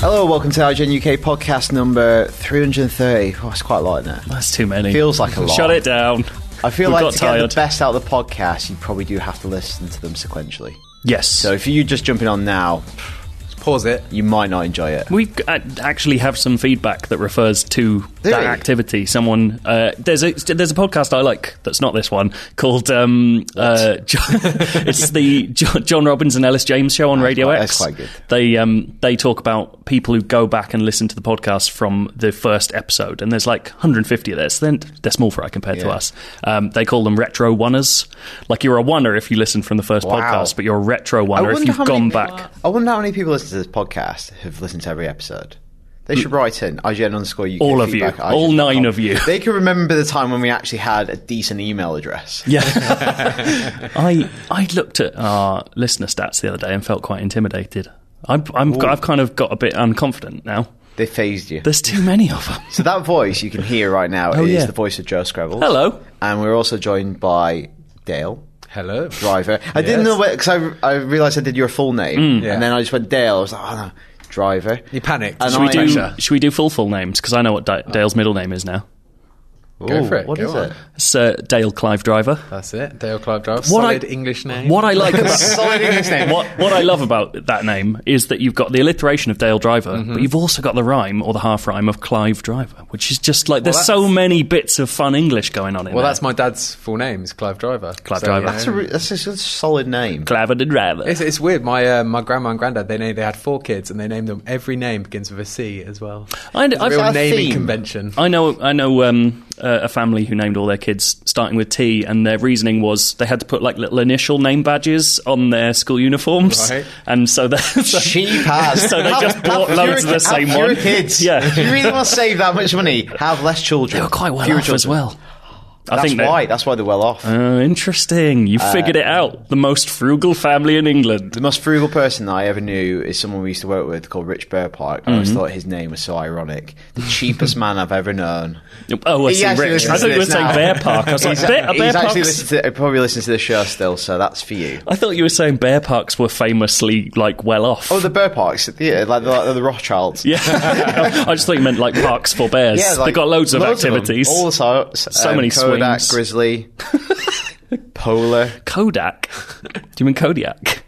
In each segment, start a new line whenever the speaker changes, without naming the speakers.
Hello, welcome to our Gen UK podcast number 330. Oh, it's quite a lot, isn't it?
That's too many.
Feels like a lot.
Shut it down.
I feel
We've
like
got
to get
tired.
the best out of the podcast, you probably do have to listen to them sequentially.
Yes.
So if you're just jumping on now,
Pause it.
you might not enjoy it.
we g- a- actually have some feedback that refers to that
Really?
activity. Someone uh, there's a there's a podcast I like that's not this one called um, uh, John, it's the Jo- John Robbins and Ellis James show on Radio
Ah, quite- that's
X.
quite good.
They um, they talk about people who go back and listen to the podcast from the first episode, and there's like 150 of this. Then they're small fry compared to
Yeah.
us. Um, they call them retro oneers. Like you're a oneer if you listen from the first
Wow.
podcast, but you're a retro
I
oneer if
wonder
you've
how
gone
many-
back.
I wonder how many people listen to this podcast have listened to every episode. They should write in IGN underscore UK.
All of you.
feedback at
All
IGN.
nine of you.
They can remember the time when we actually had a decent email address.
Yeah. I I looked at our listener stats the other day and felt quite intimidated. I'm, I'm I've kind of got a bit unconfident now.
They phased you.
There's too many of them.
So that voice you can hear right now
Oh,
is
yeah.
the voice of Joe Scrabble.
Hello.
And we're also joined by Dale
Hello.
Driver. I didn't
Yes.
know because I, I realised I did your full name,
Yeah.
Mm.
and then I just went Dale. I was like, oh no, Driver.
You panicked.
And
Should
Should we
I-
do
Pressure.
should we do full full names because I know what Di- Dale's middle name is now.
Go for it.
What
Go
is
on.
it?
Sir Dale Clive Driver.
That's it. Dale Clive Drive. Solid English name.
What I like about
Solid English name.
what what I love about that name is that you've got the alliteration of Dale Driver, but you've also got the rhyme or the half rhyme of Clive Driver, which is just like there's so
that's-
many bits of fun English going on in
Well,
there.
that's my dad's full name. Is Clive Driver.
Clive Driver.
you
That's a,
know.
re- that's a, that's a solid name.
Clive the Driver.
it's, it's weird. My uh, my grandma and granddad they named, they had four kids and they named them every name begins with a C as well.
I-
It's a
I've-
real
I've
naming
seen-
convention.
I know, I know um, uh, a family who named all their kids starting with T, and their reasoning was they had to put like little initial name badges on their school uniforms,
Right.
and so they so,
Cheap ass.
so they
Have-
just bought
have
loads of
fewer-
the same
have fewer
one.
kids.
Yeah.
If you really want to save that much money, have less children.
they were quite well
Fewer
off as
children.
well. I
That's
think they-
why. Uh, That's why they're well off.
Oh, interesting. You figured it out. The most frugal family in England.
The most frugal person I ever knew is someone we used to work with called Rich Burpark. I
Mm-hmm.
always thought his name was so ironic. The cheapest man I've ever known.
Oh, I
He
see.
actually
Rich.
listens
I thought
to
you were
this
saying
now.
Bear Park. I was like,
He's,
Bear, are
he's
Bear
actually
Parks-
listened to, he probably listens to the show still, so that's for you.
I thought you were saying Bear Parks were famously like well off.
Oh, the Burparks, yeah, like the, like the Rothschilds.
Yeah, I just thought you meant like parks for bears.
Yeah, like,
They've got loads of
them.
activities.
All the sorts.
So many
Kodak,
swings.
grizzly, polar.
Kodak. Do you mean Kodiak?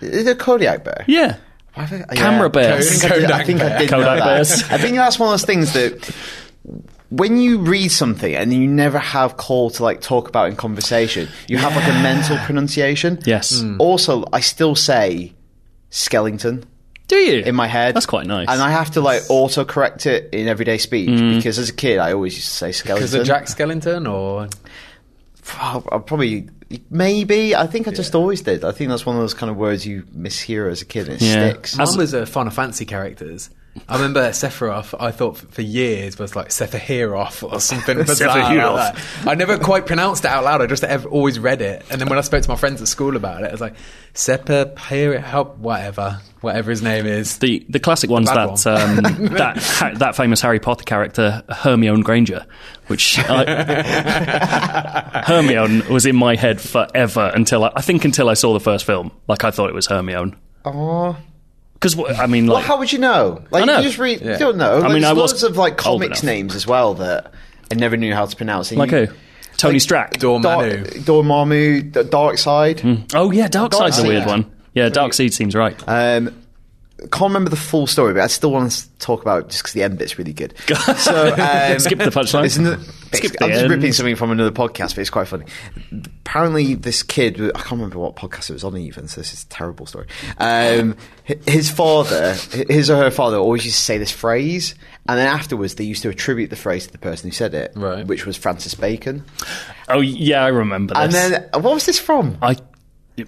Is it a Kodiak bear?
Yeah.
I think-
Camera bears.
I think I did, I
Kodak
think I
bear.
did know
Kodak
that.
bears.
I think that's one of those things that when you read something and you never have call to like talk about in conversation, you have like a mental pronunciation.
Yes. Mm.
Also, I still say Skellington
Do you?
in my head.
That's quite nice. Mm.
And I have to like auto correct it in everyday speech because as a kid I always used to say
Because of
Skellington.
Jack Skellington or
I probably maybe I think I just always did. I think that's one of those kind of words you mishear as a kid and it
Yeah.
sticks.
Mine was a Final Fantasy characters. I remember Sephiroth. I thought f- for years was like Sephiroth or something bizarre. like
Sephiroth.
that. I never quite pronounced it out loud. I just ev always read it. And then when I spoke to my friends at school about it, I was like Sephiroth, whatever, whatever his name is.
the the classic one's
bad
that um, that ha- that famous Harry Potter character Hermione Granger, which I, Hermione was in my head forever until I, I think until I saw the first film. Like I thought it was Hermione.
Aw.
Because I mean,
Well,
like
how would you know? Like,
I know.
you just read.
Yeah.
You don't know. I
mean,
mean,
I
there's
was
loads of like
old
comics
enough.
names as well that I never knew how to pronounce. And
like
you-
who? Tony Strack.
Dark,
Dormammu.
Dormammu, D- Dark Side.
oh yeah, Dark Side's a
Darkseid.
weird one. Yeah, Dark Seed seems right.
Um, can't remember the full story, but I still want to talk about it just because the end bit's really good. so um,
Skip the punchline.
Isn't it?
Skip the
I'm just
end.
ripping something from another podcast, but it's quite funny. Apparently, this kid, I can't remember what podcast it was on even, so this is a terrible story. Um, hi- his father, hi- his or her father, always used to say this phrase, and then afterwards they used to attribute the phrase to the person who said it,
Right.
which was Francis Bacon.
Oh yeah, I remember this.
And then, what was this from?
I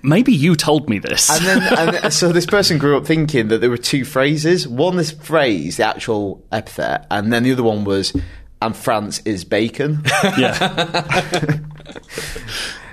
maybe you told me this.
And then, and then- so this person grew up thinking that there were two phrases. One, this phrase, the actual epithet, and then the other one was, and France is bacon.
yeah,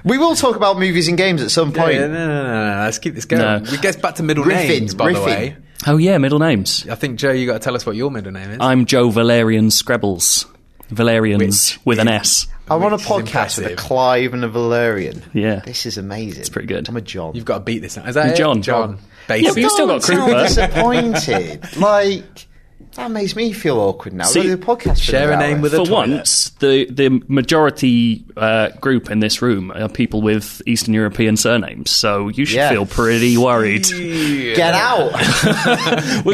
we will talk about movies and games at some point.
Yeah, no, no, no, no, no, Let's keep this going.
No.
We get back to middle
Riffing,
names, by the
riffing.
way.
oh yeah, middle names.
I think Joe, you got to tell us what your middle name is.
I'm Joe Valerian Screbbles. Valerians
Which
with an
is-
S.
I'm on a
Which is
podcast with
impressive.
a Clive and a Valerian.
Yeah.
This is amazing. It's
pretty good.
I'm a John.
You've got to beat this now. Is that it?
John.
John.
Yeah, but
Basic.
you've still
Don't
got
sound
Krupa.
disappointed. like, that makes me feel awkward now.
See,
We've got to do a podcast for
share a
another
name
hour.
with
For
the toilet.
once, the the majority uh, group in this room are people with Eastern European surnames, so you should
Yeah.
feel pretty worried.
Get out.
We're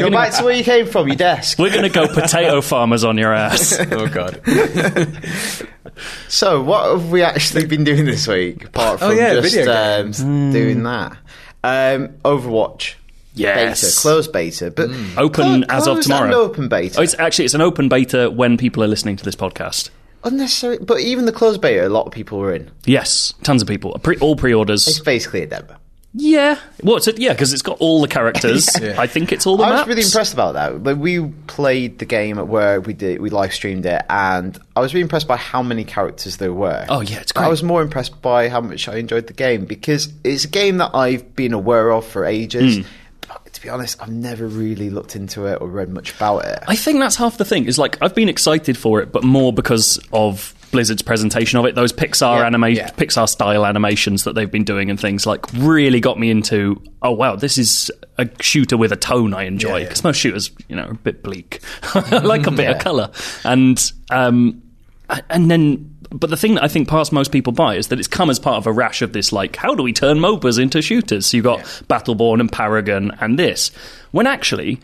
Go
gonna-
back to where you came from, your desk.
We're going to go potato farmers on your ass.
oh god.
So, what have we actually been doing this week apart
Oh,
from
yeah,
just
video
um,
games.
Hmm.
doing that? Um, Overwatch.
Yes. Hmm.
Beta, closed beta, but Clo-
Open as of
closed and
tomorrow.
open beta.
Oh, it's actually it's an open beta when people are listening to this podcast.
Unnecessary, but even the closed beta, a lot of people were in.
Yes, tons of people. Pre- all
It's
pre-orders.
basically a demo.
Yeah. Well, it's a, yeah, because it's got all the characters.
Yeah.
I think it's all the
I was
maps.
really impressed about that. Like we played the game at work, we did we live streamed it, and I was really impressed by how many characters there were.
Oh, yeah, it's
I
great.
was more impressed by how much I enjoyed the game because it's a game that I've been aware of for
Hmm.
ages. But to be honest, I've never really looked into it or read much about it.
I think that's half the thing. Is like I've been excited for it, but more because of Blizzard's presentation of it. Those Pixar
Yeah,
anima-
yeah.
Pixar style animations that they've been doing and things like really got me into. Oh wow, this is a shooter with a tone I enjoy
Yeah, yeah.
because most shooters, you know, are a bit bleak. I like a bit of color and um a- and then. But the thing that I think passed most people by is that it's come as part of a rash of this, like, how do we turn MOBAs into shooters? So you've got Battleborn and Paragon and this. When actually,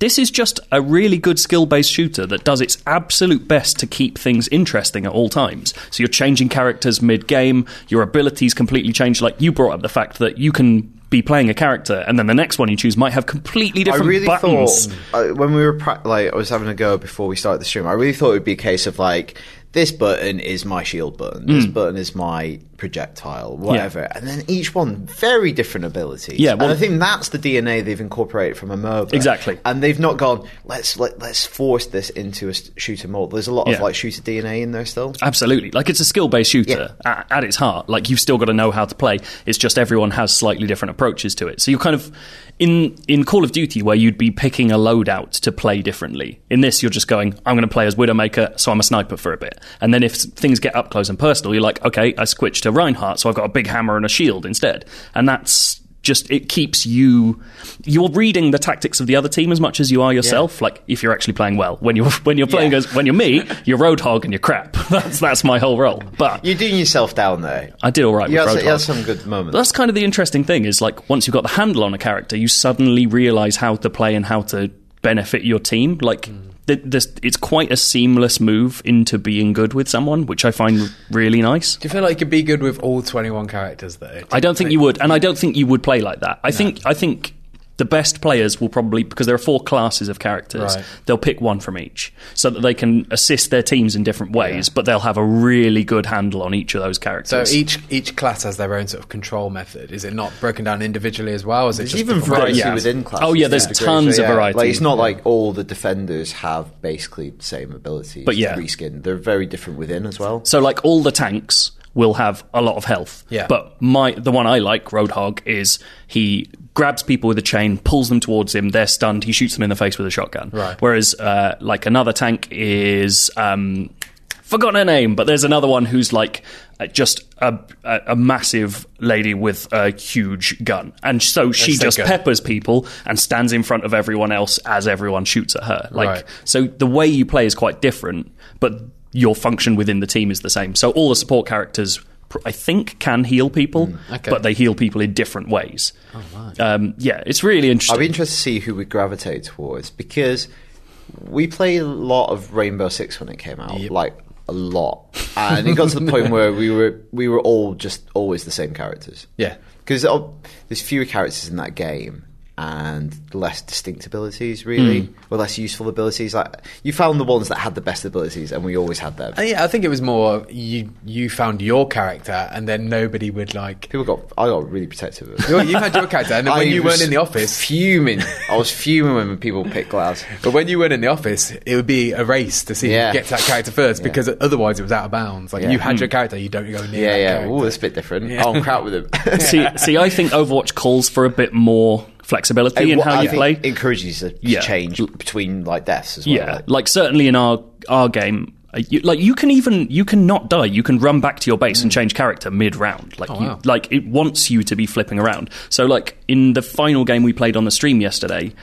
this is just a really good skill based shooter that does its absolute best to keep things interesting at all times. So you're changing characters mid game, your abilities completely change. Like you brought up the fact that you can be playing a character and then the next one you choose might have completely
I
different
really
buttons.
thought uh, when we were pra- like I was having a go before we started the stream. I really thought it would be a case of like this button is my shield button, this
Mm.
button is my projectile, whatever, and then each one very different abilities.
Yeah,
and
well-
I think that's the DNA they've incorporated from a MOBA
Exactly.
And they've not gone let's let, let's force this into a s- shooter mold. There's a lot of
Yeah.
like shooter DNA in there still.
Absolutely. Like it's a skill based shooter at, at its heart. Like you've still got to know how to play. It's just everyone has slightly different approaches to it. So you're kind of in in Call of Duty where you'd be picking a loadout to play differently. In this you're just going, I'm going to play as Widowmaker, so I'm a sniper for a bit. And then if s- things get up close and personal, you're like, okay, I switch to Reinhardt, so I've got a big hammer and a shield instead. And that's just it keeps you you're reading the tactics of the other team as much as you are yourself like if you're actually playing well when you're when you're playing
Yeah.
as when you're me you're roadhog and you're crap that's that's my whole role but
You're doing yourself down there.
i did all right
You
with
had,
roadhog
you had some good moments.
that's kind of the interesting thing is like once you've got the handle on a character you suddenly realize how to play and how to benefit your team like th- this, it's quite a seamless move into being good with someone which i find really nice
Do you feel like you could be good with all 21 characters though?
I don't think you would, and I don't think you would play like that. I think I think the best players will probably because there are four classes of characters.
Right.
They'll pick one from each so that they can assist their teams in different ways, but they'll have a really good handle on each of those
So
characters.
each each class has their own sort of control method. Is it not broken down individually as well? Is it just
even
different
variety
yeah.
classes?
within classes.
Oh, yeah, there's
to a
tons of variety.
Like it's not like all the defenders have basically the same abilities.
But yeah.
reskin. They're very different within as well.
So like all the tanks will have a lot of health.
Yeah.
But my the one I like, Roadhog, is he grabs people with a chain, pulls them towards him, they're stunned, he shoots them in the face with a shotgun.
Right.
Whereas uh, like another tank is um forgotten her name, but there's another one who's like uh, just a, a, a massive lady with a huge gun. And so she
say
just
gun.
peppers people and stands in front of everyone else as everyone shoots at her. Like
Right.
so the way you play is quite different, but your function within the team is the same. So all the support characters, pr- I think, can heal people,
okay.
but they heal people in different ways. Oh, um, yeah, it's really
I'd
interesting.
be interested to see who we gravitate towards because we played a lot of Rainbow Six when it came out, like a lot, and it got to the point where we were we were all just always the same characters.
Yeah.
because there's fewer characters in that game and less distinct abilities, really, or less useful abilities. Like you found the ones that had the best abilities, and we always had them.
Uh, yeah, I think it was more you you found your character and then nobody would like.
People got I got really protective of it.
You you had your character and then when
I
you
was
weren't in the office.
fuming. I was fuming when people picked Glass.
But when you weren't in the office, it would be a race to see
Yeah.
who gets that character first
Yeah.
because otherwise it was out of bounds. Like
Yeah. Hmm.
you had your character, you don't go near.
Yeah,
that
yeah.
character.
Oh, that's a bit different. Oh, I'm crap with them.
see, see, I think Overwatch calls for a bit more flexibility in
What
how
I
you
think
play.
encourages you to
Yeah.
change between like deaths as well.
Yeah,
like-
like certainly in our our game, Uh, you, like you can even you can not die. You can run back to your base and change character mid round. Like you,
wow.
like it wants you to be flipping around. So like in the final game we played on the stream yesterday,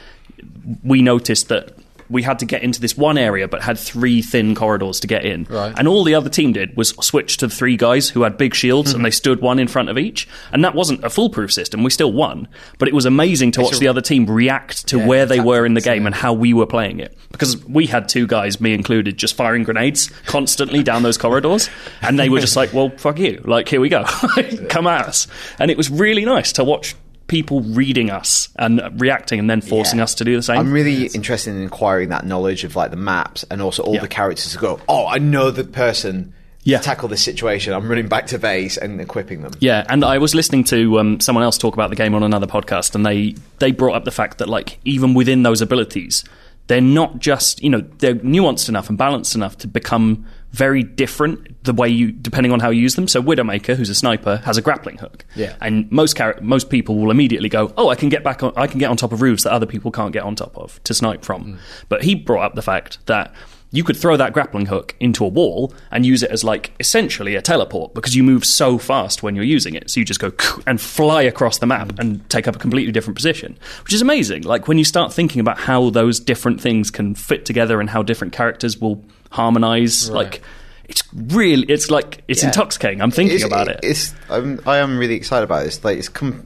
we noticed that we had to get into this one area but had three thin corridors to get in.
Right.
And all the other team did was switch to the three guys who had big shields and they stood one in front of each. And that wasn't a foolproof system. We still won, but it was amazing to watch the other team react to where they were in the game and how we were playing it. Because we had two guys, me included, just firing grenades constantly down those corridors. And they were just like, well, fuck you. Like, here we go. Come at us. And it was really nice to watch people reading us and reacting and then forcing
Yeah.
us to do the same.
I'm really interested in acquiring that knowledge of like the maps and also all the characters to go. Oh, I know the person
Yeah.
to tackle this situation. I'm running back to base and equipping them.
Yeah, and I was listening to um, someone else talk about the game on another podcast, and they they brought up the fact that like even within those abilities, they're not just you know they're nuanced enough and balanced enough to become very different the way you depending on how you use them. So Widowmaker, who's a sniper, has a grappling hook.
Yeah.
and most char- most people will immediately go, oh, I can get back on, I can get on top of roofs that other people can't get on top of to snipe from.
Mm.
But he brought up the fact that you could throw that grappling hook into a wall and use it as like essentially a teleport because you move so fast when you're using it. So you just go and fly across the map and take up a completely different position, which is amazing. Like when you start thinking about how those different things can fit together and how different characters will harmonize, like it's really, it's like it's
Yeah.
intoxicating. I'm thinking
It's-
about it.
It's I'm, I am really excited about this. Like it's come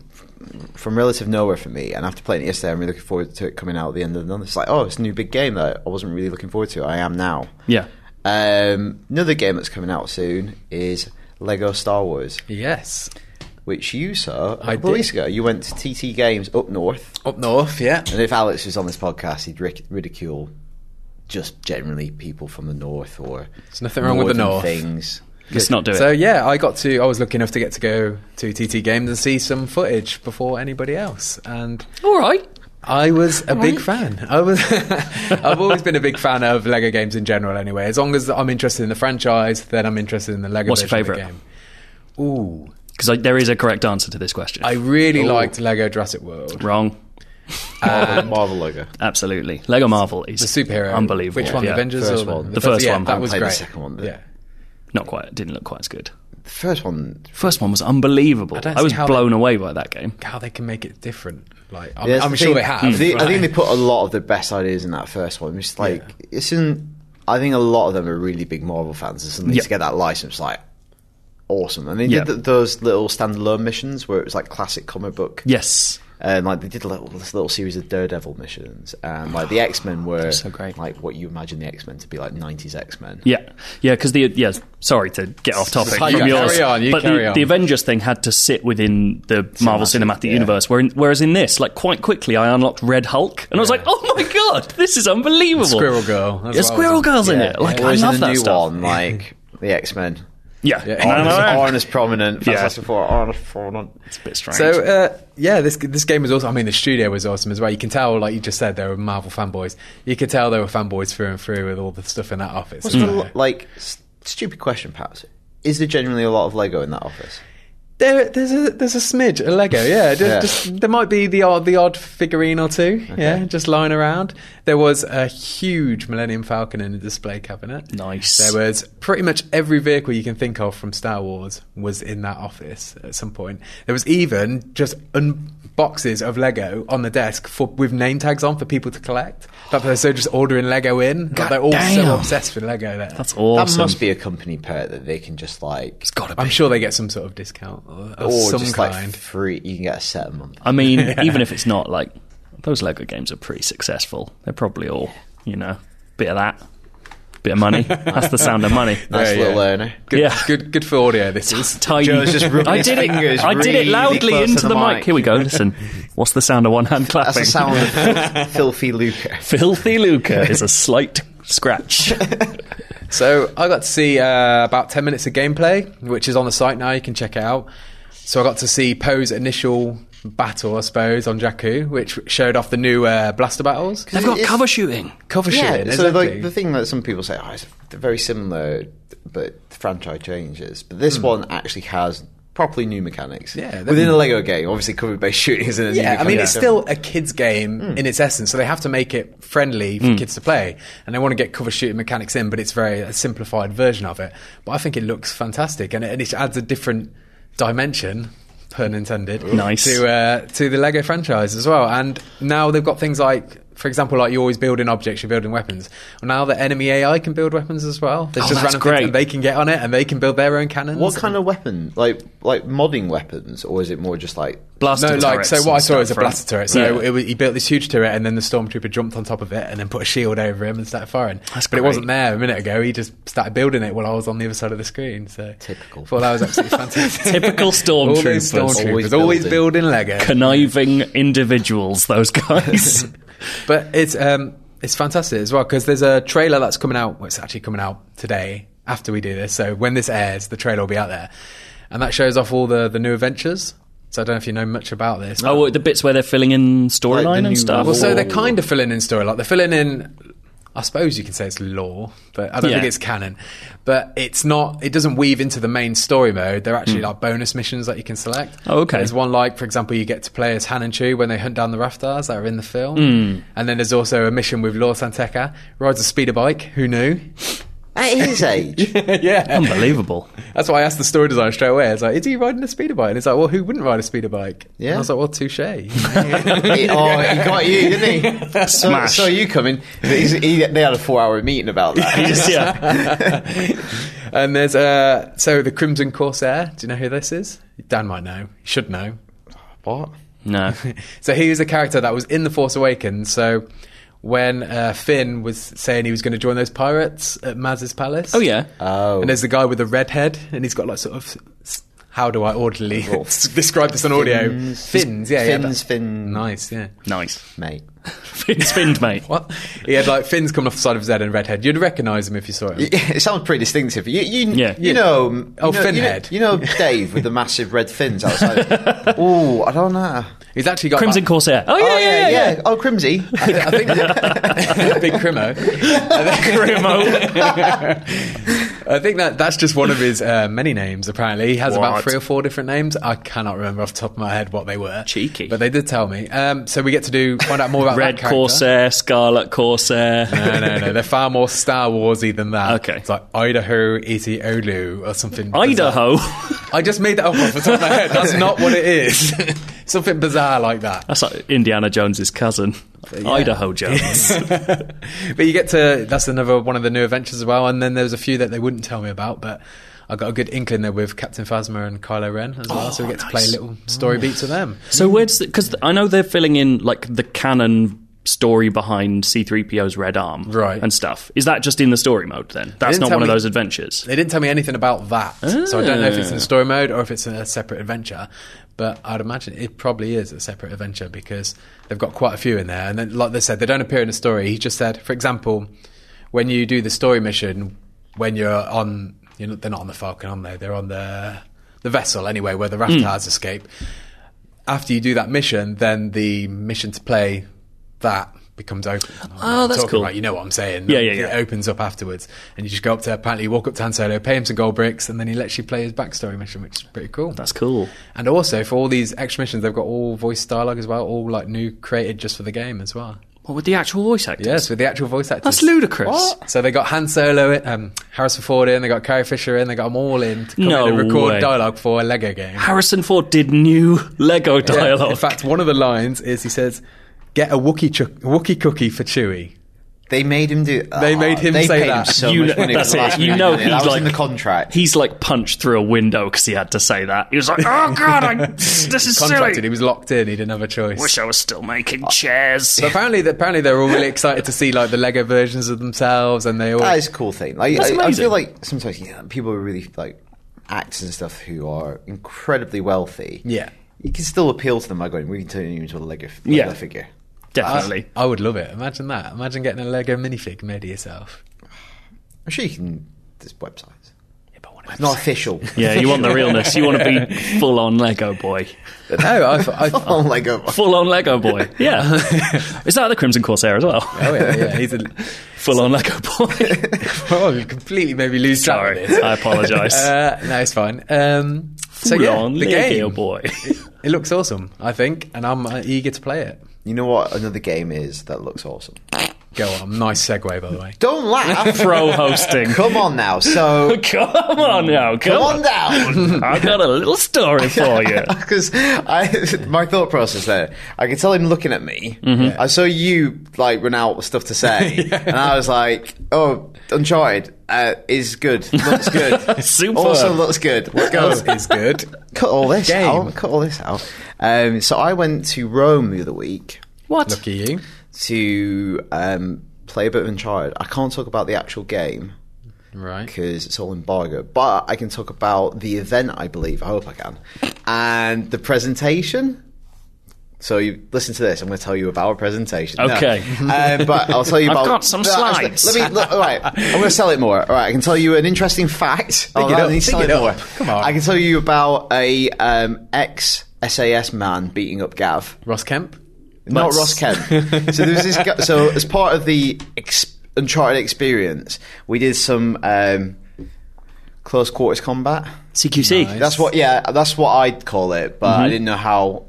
from relative nowhere for me, and after playing it yesterday, I'm really looking forward to it coming out at the end of the month. It's like, oh, it's a new big game that I wasn't really looking forward to. I am now.
Yeah.
Um, another game that's coming out soon is Lego Star Wars,
Yes.
which you saw a
I
couple of
did.
weeks ago. You went to TT Games up north,
Up north, yeah.
and if Alex was on this podcast, he'd ric- ridicule just generally people from the north or
There's nothing wrong with the
northern
north.
things.
Let's not do it.
So yeah, I got to. I was lucky enough to get to go to TT Games and see some footage before anybody else, and
All right.
I was a big fan. I was. I've always been a big fan of Lego games in general. Anyway, as long as I'm interested in the franchise, then I'm interested in the Lego.
What's your
version of the
favourite?
game? Ooh,
Because there is a correct answer to this question.
I really liked Lego Jurassic World. Um,
Wrong.
Marvel Lego.
Absolutely. Lego Marvel is
The superhero,
unbelievable.
Which one,
Yeah.
the Avengers?
First
or
one.
The first
yeah,
one.
That
Haven't
was
played the
great.
second one, though.
Yeah.
Not quite. Didn't look quite as good.
The first one
First one was unbelievable. I,
don't see
was
how
blown away by that game.
How they can make it different? Like, I'm,
Yeah, that's
I'm
the
sure
thing.
they
Hmm.
have.
They- I
right?
think they put a lot of the best ideas in that first one. It's like it's in. I think a lot of them are really big Marvel fans, and suddenly
Yeah.
to get that license, like awesome. And they
Yeah.
did th- those little standalone missions where it was like classic comic book.
Yes.
And like they did a little, this little series of Daredevil missions, and like the X Men were
so great.
like what you imagine the X Men to be like '90s X Men.
Yeah. Yeah, because the. Yeah, sorry to get off topic.
You
from yours,
carry on, you
but
carry
the,
on.
the Avengers thing had to sit within the Marvel Cinematic
yeah.
Universe. where in- whereas in this, like, quite quickly, I unlocked Red Hulk, and I was like, oh my god, this is unbelievable.
Squirrel Girl. That's
Yeah,
what I was
Squirrel
on.
Girl's in it. Like, I
Whereas
love
in the
that
new
stuff.
one, like the X Men,
Yeah.
Yeah.
No, no,
aren't,
no.
as- aren't as prominent.
Yeah.
Fantastic Four aren't as prominent.
It's a bit strange.
So uh, yeah, this this game was awesome. I mean, the studio was awesome as well. You can tell, like you just said, they were Marvel fanboys. You could tell they were fanboys through and through with all the stuff in that office.
What's the lo- like s- stupid question, perhaps? Is there generally a lot of Lego in that office?
There, there's a there's a smidge a Lego. Yeah, just,
Yeah.
just there might be the odd the odd figurine or two. Yeah, just lying around. There was a huge Millennium Falcon in the display cabinet.
Nice.
There was pretty much every vehicle you can think of from Star Wars was in that office at some point. There was even just un- boxes of Lego on the desk for, with name tags on for people to collect. Like they're so just ordering Lego in. Like they're all
damn.
so obsessed with Lego there.
That's awesome.
That must be a company perk that they can just like,
it's got to be.
I'm sure they get some sort of discount or, of
or
some
just
kind.
like free. You can get a set a month.
I mean, even if it's not like those Lego games are pretty successful. They're probably all, you know, bit of that, bit of money. That's the sound of money.
Nice
yeah.
little learner.
Good,
Yeah.
good, good for audio. This is.
Tiny.
Joe's just rubbing
I
his
did
fingers
it. I did it
really
loudly
close to
into
the
the, mic.
mic.
Here we go. Listen, what's the sound of one hand clapping?
That's the sound of fil- filthy Luca.
Filthy Luca is a slight scratch.
So I got to see uh, about 10 minutes of gameplay, which is on the site now. You can check it out. So I got to see Poe's initial battle, I suppose, on Jakku, which showed off the new uh, blaster battles.
They've got
It's-
cover shooting.
Cover
Yeah,
shooting.
so
exactly.
like the thing that some people say, oh, it's they're very similar, but the franchise changes. But this one actually has properly new mechanics.
Hmm. Yeah, that-
within a Lego game, obviously, cover based shooting isn't a new
Yeah, I
mechanic.
mean, it's still a kids' game
Hmm.
in its essence, so they have to make it friendly for kids to play, and they want to get cover shooting mechanics in, but it's very a simplified version of it. But I think it looks fantastic, and it, and it adds a different dimension, pun intended,
Nice.
to uh, to the Lego franchise as well. And now they've got things like. For example, like you're always building objects, you're building weapons. Well, now the enemy AI can build weapons as well. There's
Oh,
just
that's
random things
great.
that they can get on it, and they can build their own cannons.
What kind of weapon? Like like modding weapons, or is it more just like
Blaster
No, like
turrets
so.
and
What I saw
stuff,
was a
right?
blaster turret. So
Yeah.
it, wa- he built this huge turret, and then the stormtrooper jumped on top of it, and then put a shield over him and started firing.
That's
but it
great.
wasn't there a minute ago. He just started building it while I was on the other side of the screen. So
Typical.
Thought that was absolutely fantastic.
Typical
All those
stormtroopers.
stormtroopers always,
Always
building
building.
Lego.
conniving individuals, those guys.
But it's um, it's fantastic as well because there's a trailer that's coming out. Well, it's actually coming out today after we do this. So when this airs, the trailer will be out there, and that shows off all the the new adventures. So I don't know if you know much about this.
oh, well, the bits where they're filling in storyline
Like the new
and stuff.
Well,
Well, so
Or-
they're
Oh.
kind of filling in story. Like they're filling in. I suppose you can say it's lore, but I don't
Yeah.
think it's canon. But it's not. It doesn't weave into the main story mode. They're actually like bonus missions that you can select.
Hmm. Oh, okay.
There's one like, for example, you get to play as Han and Chewie when they hunt down the Raftars that are in the film.
Hmm.
And then there's also a mission with Law Santeca rides a speeder bike. Who knew?
at his age?
yeah.
Hmm. Unbelievable.
That's why I asked the story designer straight away. I was like, "Is he riding a speeder bike?" And he's like, "Well, who wouldn't ride a speeder bike?"
Yeah.
And I was like, "Well, touche."
He- oh, he got you, didn't he? So,
Smash.
so you coming? He's, he, they had a four-hour meeting about that.
Just, yeah.
And there's uh, so the Crimson Corsair. Do you know who this is? Dan might know. He should know.
what?
No.
So he was a character that was in the Force Awakens. So when uh, Finn was saying he was going to join those pirates at Maz's palace.
Oh, yeah.
Oh,
And there's the guy with the red head, and he's got like sort of. s- How do I orderly describe this on audio? Fins, yeah, yeah,
fins,
that-
fin,
nice, yeah.
Nice.
mate.
It's finned, mate.
What? He had like fins coming off the side of his head and red head. You'd recognise him if you saw him.
It sounds pretty distinctive. You, you,
Yeah.
you know, you know,
Oh, fin
you know-
head.
You know, Dave with the massive red fins outside. oh, I don't know.
He's actually got
Crimson
like-
Corsair. Oh, yeah,
oh
yeah, yeah. yeah.
Oh, Crimsy.
I think big crimo.
Grimo.
I think that that's just one of his uh, many names. Apparently, he has about
What?
three or four different names. I cannot remember off the top of my head what they were.
Cheeky.
but they did tell me. Um, so we get to do find out more about
Red
that character.
Corsair, Scarlet Corsair.
No, no, no. They're far more Star Warsy than that.
Okay.
it's like Idaho, Iti Olu, or something. bizarre.
Idaho.
I just made that up off the top of my head. That's not what it is. something bizarre like that.
That's like Indiana Jones's cousin. Idaho Jones.
But you get to that's another one of the new adventures as well. And then there was a few that they wouldn't tell me about, but I got a good inkling there with Captain Phasma and Kylo Ren as well. so we get to play
nice.
little story beats with them.
So where does because I know they're filling in like the canon story behind C3PO's red arm
Right.
and stuff. Is that just in the story mode then? That's
didn't
not
tell
one of
me-
those adventures.
They didn't tell me anything about that, so I don't know if
Ah.
it's in story mode or if it's a separate adventure. But I'd imagine it probably is a separate adventure because they've got quite a few in there. And then, like they said, they don't appear in a story. He just said, for example, when you do the story mission, when you're on, you're not, they're not on the Falcon, on they? They're on the the vessel anyway, where the
Hmm.
Raftars escape. After you do that mission, then the mission to play that becomes open.
Oh, that's
Talking
cool.
about- you know what I'm saying?
Yeah, yeah, yeah.
It opens up afterwards, and you just go up to apparently you walk up to Han Solo, pay him some gold bricks, and then he lets you play his backstory mission, which is pretty cool.
That's cool.
and also for all these extra missions, they've got all voice dialogue as well, all like new created just for the game as well.
What with the actual voice actors?
Yes, with the actual voice actors.
That's ludicrous.
What? So they got Han Solo, in, um, Harrison Ford in, they got Carrie Fisher in, they got them all in to come
No
in and record
way.
dialogue for a Lego game.
Harrison Ford did new Lego
Yeah,
dialogue.
In fact, one of the lines is he says, "Get a Wookie, chuck Wookie cookie for Chewie."
They made him do.
They
Ah,
made him
they
say
paid
that.
Him so
You
much
know-
money for
that's
the
it.
last
You
minute,
know
didn't they?
he's
that was in
like-
the contract.
He's like punched through a window because he had to say that. He was like, "Oh God, I, this is
Contracted, he
silly."
was locked in, he didn't have a choice.
Wish I was still making chairs.
But apparently, apparently they're all really excited to see like the Lego versions of themselves, and they all.
That is a cool thing. Like,
That's
I, I
amazing.
feel like sometimes you know, people are really like actors and stuff who are incredibly wealthy.
Yeah.
you can still appeal to them by going, "We can turn you into a Lego, f-
Yeah.
Lego figure."
Definitely.
I would love it. Imagine that. Imagine getting a Lego minifig made of yourself.
I'm sure you can. There's websites.
Yeah, but what
It's not official.
Yeah, you want the realness. You want to be full on Lego boy.
if- no, I, thought- I, thought-
oh Lego.
Full on Lego boy. Yeah. Is that the Crimson Corsair as well?
oh yeah, yeah. He's a,
Full on Lego boy.
oh, you completely made me lose track
Sorry,
of this.
I apologise.
Uh, no, it's fine. Um, So,
Come
yeah,
on,
the
Lego
game.
boy.
It looks awesome, I think, and I'm uh, eager to play it.
You know what? Another game is that looks awesome.
Go on, nice segue, by the way.
Don't laugh.
Pro hosting.
Come on now. So
Come on now, come,
come on down.
I've got a little story for you.
Because I, my thought process there, I could tell him looking at me. I saw you like run out with stuff to say, and I was like, "Oh, Uncharted uh, is good, looks good,
Superb.
also looks good. Let's go."
This is good.
cut all this
Game.
out. Cut all this out. Um, so I went to Rome the other week
What?
Lucky you.
to um, play a bit of Uncharted. I can't talk about the actual game
Right.
because it's all embargoed, but I can talk about the event. I believe. I hope I can, and the presentation. So you listen to this. I'm going to tell you about a presentation. No.
Okay.
um, but I'll tell you
I've
about.
got some
No, actually,
slides.
Let me. Look, all right, I'm going to sell it more. All right, I can tell you an interesting fact. Oh,
it
no,
up,
I need to
dig
sell
it
it
up.
more.
Come on.
I can tell you about a um, ex SAS man beating up Gav.
Ross Kemp.
Not
Let's-
Ross Kemp. so there was this. Guy, so as part of the ex- Uncharted experience, we did some um, close quarters combat.
CQC.
Nice.
That's what. Yeah, that's what I'd call it. But I didn't know how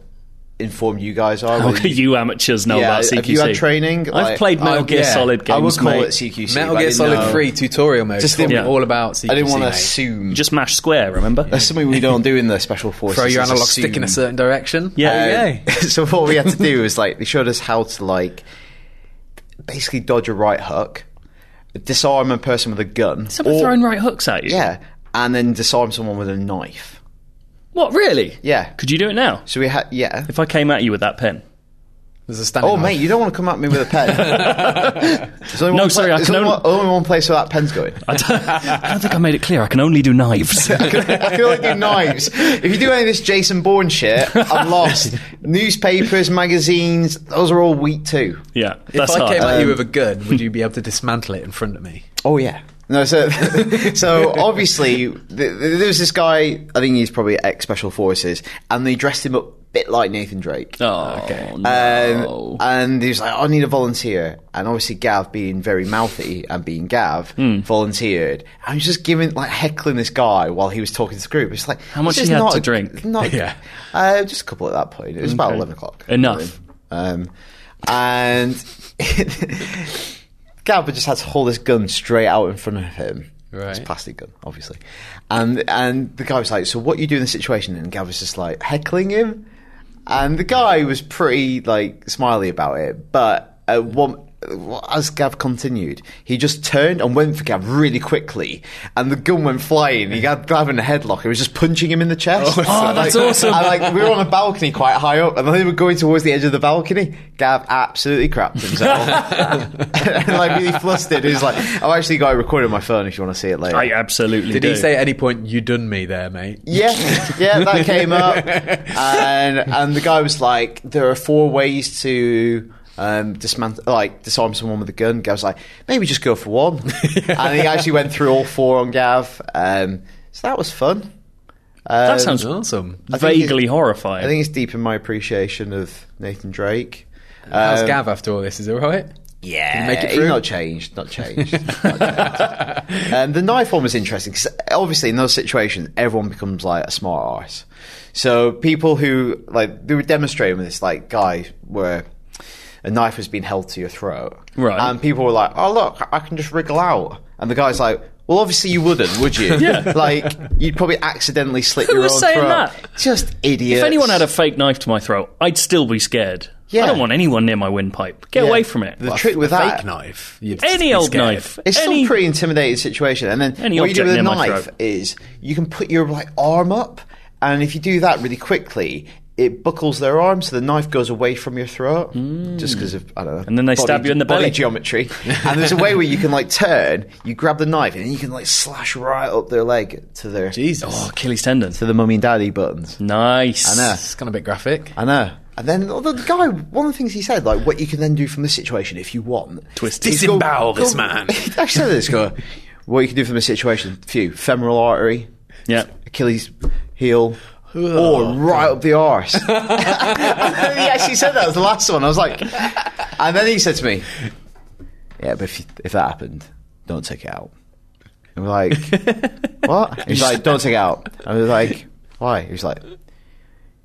informed you guys are.
Mm-hmm. How
whether
can you amateurs know
Yeah,
about CQC?
have you had training?
I've
Like,
played Metal
oh,
Gear
yeah.
Solid
I
games,
would call
mate.
it CQC.
Metal
but I
Gear
didn't
Solid
know-
3 tutorial mode.
Just
Just
didn't-
Yeah.
all about CQC.
I didn't want to
mate.
assume.
Just mash square, remember?
that's something we don't do in the special forces.
Throw your
is
analog stick in a
assume.
certain direction.
Yeah.
Uh,
Oh,
so what we had to do was like they showed us how to like basically dodge a right hook, disarm a person with a gun,
Someone
or-
throwing right hooks at you.
yeah, and then disarm someone with a knife.
What, really?
Yeah.
Could you do it now?
So we had yeah.
If I came at you with that pen?
There's a standing
Oh
knife.
mate, you don't want to come at me with a pen. There's only
No,
one
sorry, I
there's
can
only,
only-
one, only one place where that pen's going. I,
I don't, I don't think I made it clear. I can only do knives.
can only do knives. If you do any of this Jason Bourne shit, I'm lost. Newspapers, magazines, those are all weak too.
yeah,
If
that's
I
hard.
came at you
Um,
with a gun, would you be able to dismantle it in front of me?
Oh yeah. No, so so obviously th- th- there was this guy. I think he's probably ex special forces, and they dressed him up a bit like Nathan Drake.
oh,
Um,
no.
and he was like, I need a volunteer. And obviously, Gav, being very mouthy and being Gav,
Hmm.
volunteered. I was just giving, like, heckling this guy while he was talking to the group. It's like, how
much he had to drink?
Not,
Yeah.
uh, just a couple at that point. It was about 11 o'clock.
Enough.
Um, and Gav just had to hold this gun straight out in front of him. It's a
Right.
plastic gun, obviously. And and the guy was like, So what you do in this situation? And Gav was just like heckling him. And the guy was pretty like smiley about it, but uh, one, as Gav continued, he just turned and went for Gav really quickly, and the gun went flying. He had Gav in a headlock. He was just punching him in the chest.
Oh, that's
Like,
awesome.
and, like we were on a balcony quite high up, and they were going towards the edge of the balcony. Gav absolutely crapped himself, and, like really flustered. He was like, "I've actually got it recorded on my phone if you want to see it
Oh,
later."
I absolutely
Did
do.
he say at any point, you done me there, mate?
Yeah, yeah, that came up, and and the guy was like, "There are four ways to um, dismantle, like disarm someone with a gun." Gav's like, "Maybe just go for one," and he actually went through all four on Gav. Um, so that was fun. Um,
that sounds
That's awesome.
think
vaguely
it-
horrifying.
I think it's deep in my appreciation of Nathan Drake.
How's
Um,
Gav after all this? Is it all right?
Yeah,
make it
he's
through?
not changed, not changed. Not changed. um, the knife one was interesting because obviously in those situations everyone becomes like a smart arse. So people who like they were demonstrating with this like guy where a knife was being held to your throat,
Right.
And people were like, "Oh look, I can just wriggle out," and the guy's like. Well, obviously you wouldn't, would you?
Yeah.
Like you'd probably accidentally slit
Who
your
was
own
saying
throat.
that?
Just idiots.
if anyone had a fake knife to my throat, I'd still be scared.
Yeah.
I don't want anyone near my windpipe. Get
Yeah.
away from it.
the trick with that
Fake knife. You'd
any
be
old
scared.
knife.
It's
any,
still pretty intimidating situation. And then
Any
what you do
object
with a
near my
knife
throat.
is you can put your like arm up, and if you do that really quickly, it buckles their arm, so the knife goes away from your throat, just because of I don't know.
Hmm. And then they stab you in the
body
belly.
geometry. and there's a way where you can like turn, you grab the knife, and you can like slash right up their leg to their
Jesus.
Oh, Achilles tendon.
to the mummy and daddy buttons.
Nice.
I know.
It's kind of a bit graphic.
I know. And then the guy, one of the things he said, like what you can then do from this situation if you want,
Twist
is go-
Disembowel this
go-
man.
He actually said this guy, what you can do from this situation, few femoral artery,
Yeah.
Achilles heel. Or right up the arse. and then he actually said that was the last one. I was like, and then he said to me, "Yeah, but if, you, if that happened, don't take it out." And we're like, "What?" He's like, "Don't take it out." I was like, Why? He was like,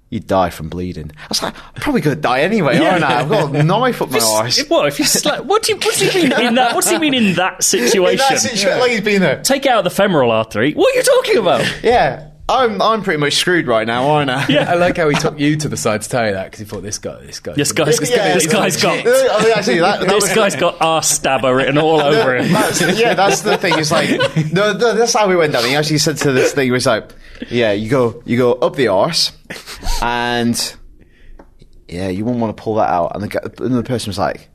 you die from bleeding. I was like, I'm probably going to die anyway,
Yeah.
aren't I? I've got a knife up my arse.
If- What if you sla- What do you what do you mean in that? What do you mean in that
In
situation?
that situation, like he's been there.
Take out the femoral artery. What are you talking about?
Yeah, I'm I'm pretty much screwed right now, aren't I?
I like how he took you to the side to tell you that because he thought this guy, this guy,
This guy's-
Yeah,
this guy's got-
Oh, I mean, actually, that, that
This
was-
guy's got arse stabber written all over him.
That's, yeah, that's the thing. It's like no, no, that's how we went down. He actually said to this thing, he was like, "Yeah, you go, you go up the arse, and yeah, you wouldn't want to pull that out." And the, guy- and the person was like,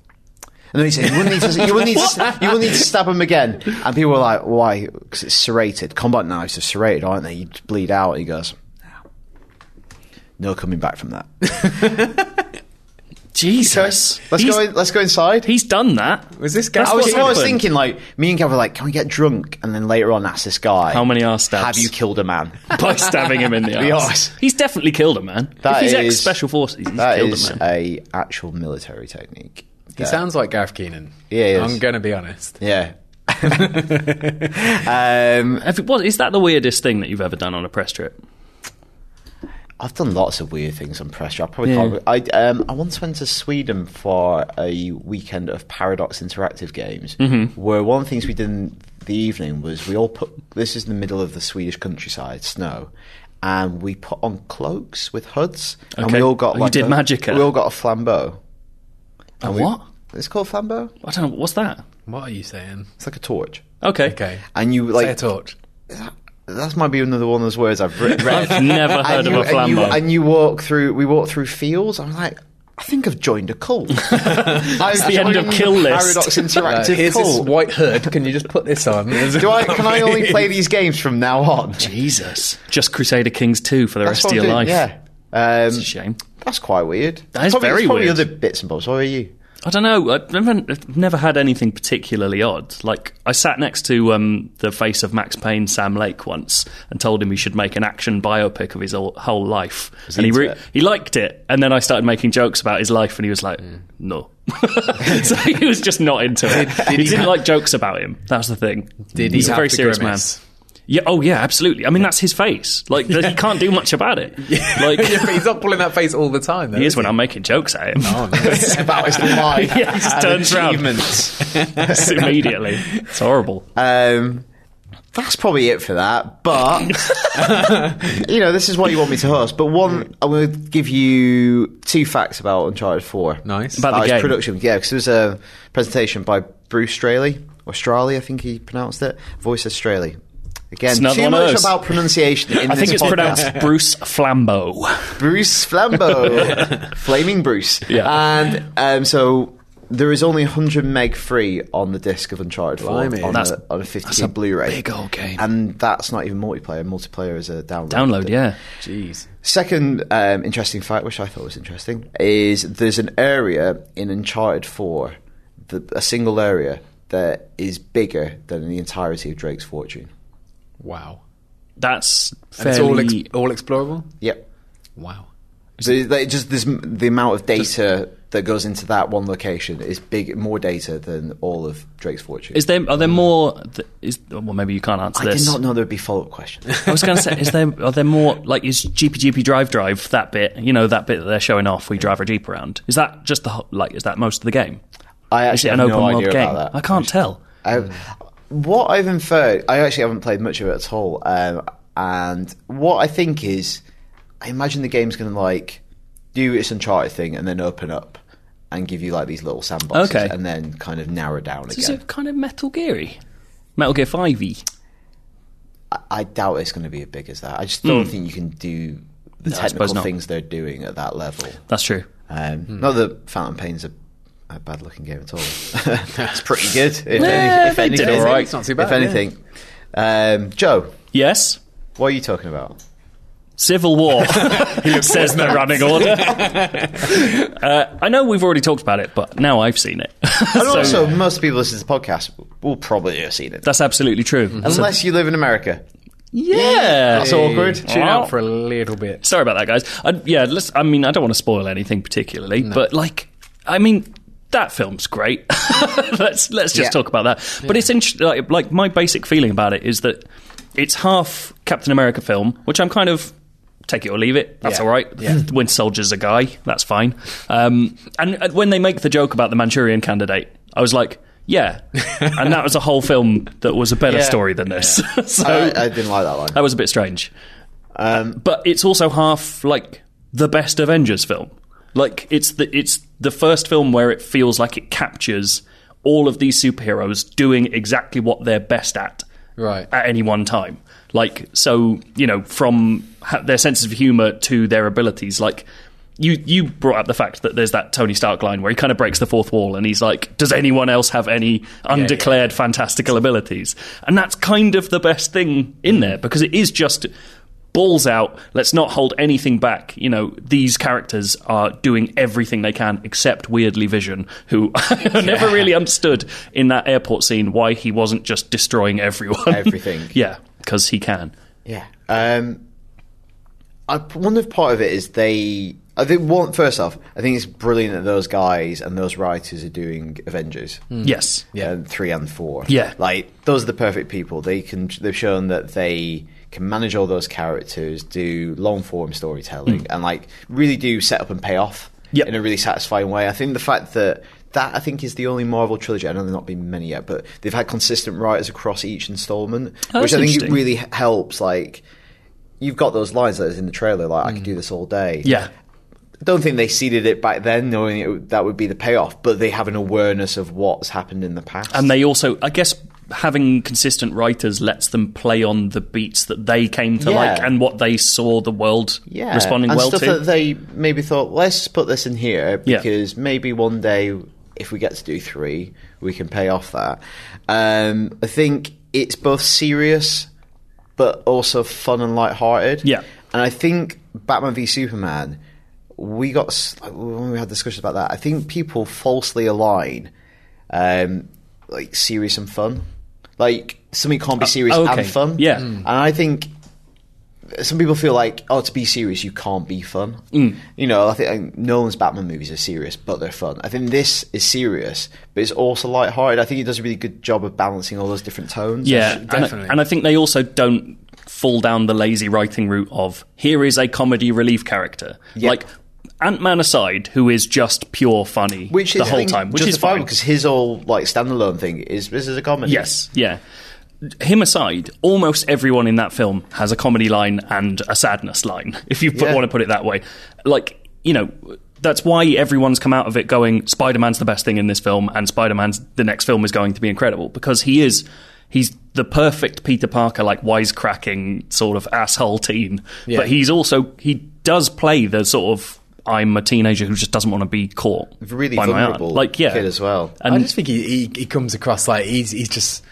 "And then he said, you wouldn't need to, you wouldn't need to, you wouldn't need to stab him again." And people were like, "Why? Because it's serrated. Combat knives are serrated, aren't they? You bleed out." And he goes, "No, no coming back from that."
Jesus,
Let's
he's,
go. In, let's go inside.
he's done that.
Was this Oh, guy?
That's
I was,
what
I was
happened.
thinking, like, me and Gav were like, can we get drunk? And then later on, ask this guy,
How many arse stabs?
have you killed a man?
by stabbing him in the
The
arse?
arse.
He's definitely killed a man.
That
if he's
is-
ex-special forces. He's
that
killed
is
a man.
a actual military technique.
He sounds like Gareth Keenan.
Yeah, he is.
I'm gonna be honest.
Yeah. um,
Have you- what- is that the weirdest thing that you've ever done on a press trip?
I've done lots of weird things on press. trip. I probably
Yeah.
can't. I, um, I once went to Sweden for a weekend of Paradox Interactive Games,
Mm-hmm.
where one of the things we did in the evening was we all put. This is in the middle of the Swedish countryside, snow. And we put on cloaks with hoods, and
Okay.
we all got.
Oh, you
like
did
a-
magica.
We all got a flambeau.
A
We-
what?
It's called flambeau.
I don't know. What's that?
What are you saying?
It's like a torch,
Okay.
Okay,
and you
say a
like
torch.
that might be another one of those words I've re- read.
I've never
And
heard
you-
of a flambeau.
And you, and you walk through. We walk through fields. I'm like. I think I've joined a cult. That's
the end of Kill List.
Paradox
Uh,
Interactive
here's this
cult.
white hood. Can you just put this on?
Do I, can I only play these games from now on?
Jesus. Just Crusader Kings 2 for the
That's
rest
what
of your
I'm
life.
doing, Yeah. Um,
It's a shame.
that's quite weird.
That is
probably,
very
there's probably
weird.
other bits and bobs. What are you?
I don't know. I've never, I've never had anything particularly odd. Like, I sat next to um, the face of Max Payne, Sam Lake, once and told him he should make an action biopic of his whole, whole life. and he,
into
re-
it?
he liked it. And then I started making jokes about his life, and he was like,
Hmm.
no. so he was just not into it. he didn't like jokes about him. That's the thing.
Did he
He's a
have
very
to
serious
grimace?
man. Yeah. Oh, yeah. Absolutely. I mean, that's his face. Like, he can't do much about it. Like,
yeah, but he's not pulling that face all the time. Though,
he
is
is when I'm making jokes at him.
Oh, no.
It's about his life.
Yeah, he just
and
turns round.
achievements.
immediately. It's horrible.
Um, that's probably it for that. But you know, this is why you want me to host. But one, I'm going to give you two facts about Uncharted Four.
Nice.
About the
its
game.
production, yeah, because there was a presentation by Bruce Straley, or Straley, I think he pronounced it. Voice of Straley. Again,
It's another
too
one of
much
those.
about pronunciation in
I
this
think it's
podcast.
pronounced Bruce Flambeau.
Bruce Flambeau, Flaming Bruce.
Yeah.
And um, so there is only 100 meg free on the disc of Uncharted 4 on
Blimey.
a,
That's-
on a 50 gig Blu-ray.
big old game.
And that's not even multiplayer. Multiplayer is a download.
Download, yeah.
Jeez.
Second um, interesting fact, which I thought was interesting, is there's an area in Uncharted 4, the, a single area, that is bigger than the entirety of Drake's fortune.
Wow.
That's
And it's all
fairly.
ex- all explorable.
Yep.
Wow.
So they just this, the amount of data that goes into that one location is big, more data than all of Drake's fortune.
is there are there more? th- Is well, maybe you can't answer
I
this.
did not know there'd be follow up questions.
I was going to say, is there are there more like is GP GP Drive Drive that bit? You know that bit that they're showing off. We drive a jeep around. Is that just the ho- like? Is that most of the game?
I
Is
actually
it an
have
open
no
world
idea
game?
about that.
I can't tell.
Um, what I've inferred, I actually haven't played much of it at all, um, and what I think is, I imagine the game's going to like do its Uncharted thing and then open up and give you like these little sandboxes
Okay.
and then kind of narrow down
Is
again.
it kind of Metal Geary, Metal Gear Five E?
I, I doubt it's going to be as big as that. I just don't think you can do the
Hmm. I suppose
technical
not. Hmm.
things they're doing at that level.
That's true.
Um, Not that Fountain Pain's a, a bad looking game at all. it's pretty good. If, any-
Yeah,
if
they did
anything,
alright.
It's not too
If
bad,
anything, um, Joe,
Yes.
what are you talking about?
Civil War. he says the running order. uh, I know we've already talked about it, but now I've seen it.
And
So-
also, most people listening to the podcast will probably have seen it.
that's absolutely true. So-
Unless you live in America.
yeah.
That's awkward.
Tune
Wow.
out for a little bit.
Sorry about that, guys. I, yeah, let's, I mean, I don't want to spoil anything particularly, but like, I mean, that film's great. let's let's just
Yeah.
talk about that. But it's int- like, like my basic feeling about it is that it's half Captain America film, which I'm kind of take it or leave it. That's
Yeah.
all right.
Yeah.
Winter Soldier's a guy. That's fine. Um, and uh, when they make the joke about the Manchurian candidate, I was like, yeah. and that was a whole film that was a better
Yeah.
story than this. so
I, I didn't like that line.
that was a bit strange.
Um,
But it's also half like the best Avengers film. Like it's the it's the first film where it feels like it captures all of these superheroes doing exactly what they're best at
Right.
at any one time. Like so, you know, from ha- their senses of humor to their abilities. Like you, you brought up the fact that there's that Tony Stark line where he kind of breaks the fourth wall and he's like, "Does anyone else have any undeclared fantastical abilities?" And that's kind of the best thing in there because it is just balls out. Let's not hold anything back. You know, these characters are doing everything they can except weirdly Vision, who I never really understood in that airport scene why he wasn't just destroying everyone.
Everything.
yeah, because he can.
yeah. Um, I p- wonder if part of it is they. I think one first off, I think it's brilliant that those guys and those writers are doing Avengers.
Yes.
yeah. and three and four.
Yeah.
like those are the perfect people. They can they've shown that they can manage all those characters, do long form storytelling, and like really do set up and pay off
Mm. Yep.
in a really satisfying way. I think the fact that that I think is the only Marvel trilogy. I know there's not been many yet, but they've had consistent writers across each installment,
Oh,
which
that's
I think it
interesting.
really h- helps. Like. You've got those lines that is in the trailer, like I could do this all day.
Mm. Yeah.
I don't think they seeded it back then, knowing it, that would be the payoff, but they have an awareness of what's happened in the past.
And they also, I guess, having consistent writers lets them play on the beats that they came to
Yeah.
like and what they saw the world
yeah,
responding
and
well
stuff
to.
that they maybe thought, let's put this in here
Yeah.
because maybe one day if we get to do three, we can pay off that. Um, I think it's both serious but also fun and light-hearted.
Yeah.
and I think Batman v Superman, we got s- like, when we had discussions about that. I think people falsely align um, like serious and fun. Like something can't be serious
Uh, okay.
and fun.
Yeah. Mm.
and I think some people feel like, oh, to be serious, you can't be fun.
Mm.
You know, I think Nolan's Batman movies are serious, but they're fun. I think this is serious, but it's also lighthearted. I think he does a really good job of balancing all those different tones.
Yeah, and-
definitely.
And, I think they also don't fall down the lazy writing route of here is a comedy relief character, like Ant Man aside, who is just pure funny
Which is
the whole time, which is fine.
because his whole like standalone thing is this is a comedy.
Yes, yeah. Him aside, almost everyone in that film has a comedy line and a sadness line, if you put,
Yeah.
want to put it that way. Like, you know, that's why everyone's come out of it going, Spider Man's the best thing in this film, and Spider Man's the next film is going to be incredible because he is. He's the perfect Peter Parker, like wisecracking sort of asshole teen.
Yeah.
But he's also he does play the sort of I'm a teenager who just doesn't want to be caught
really
by my aunt."
vulnerable
Like yeah,
kid as well.
I
and-
just think he, he, he comes across like he's he's just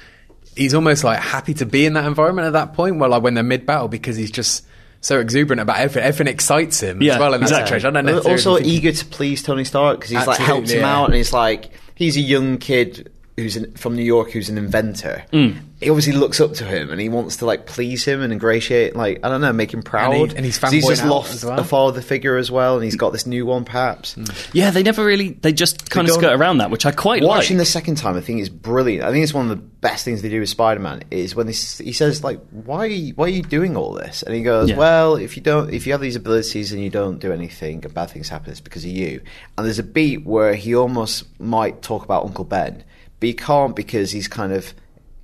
he's almost like happy to be in that environment at that point. Well, like when they're mid battle because he's just so exuberant about everything. Everything excites him
Yeah,
as well in
exactly.
that situation. I don't know.
Uh, also eager to please Tony Stark because he's like helped
Absolutely,
him
yeah.
out, and he's like he's a young kid who's in, from New York who's an inventor.
Mm.
He obviously looks up to him, and he wants to like please him and ingratiate, like I don't know, make him proud.
And he- and he's
'Cause he's
fanboying
just
out
lost
as well.
a father figure as well, and he's got this new one perhaps.
Yeah, they never really. They just kind of
don't-
skirt around that, which I quite like.
Watching the second time, I think is brilliant. I think it's one of the best things they do with Spider Man is when they, s- he says like, "Why, why are you doing all this?" And he goes,
Yeah.
"Well, if you don't, if you have these abilities and you don't do anything, bad things happen. It's because of you." And there's a beat where he almost might talk about Uncle Ben, but he can't because he's kind of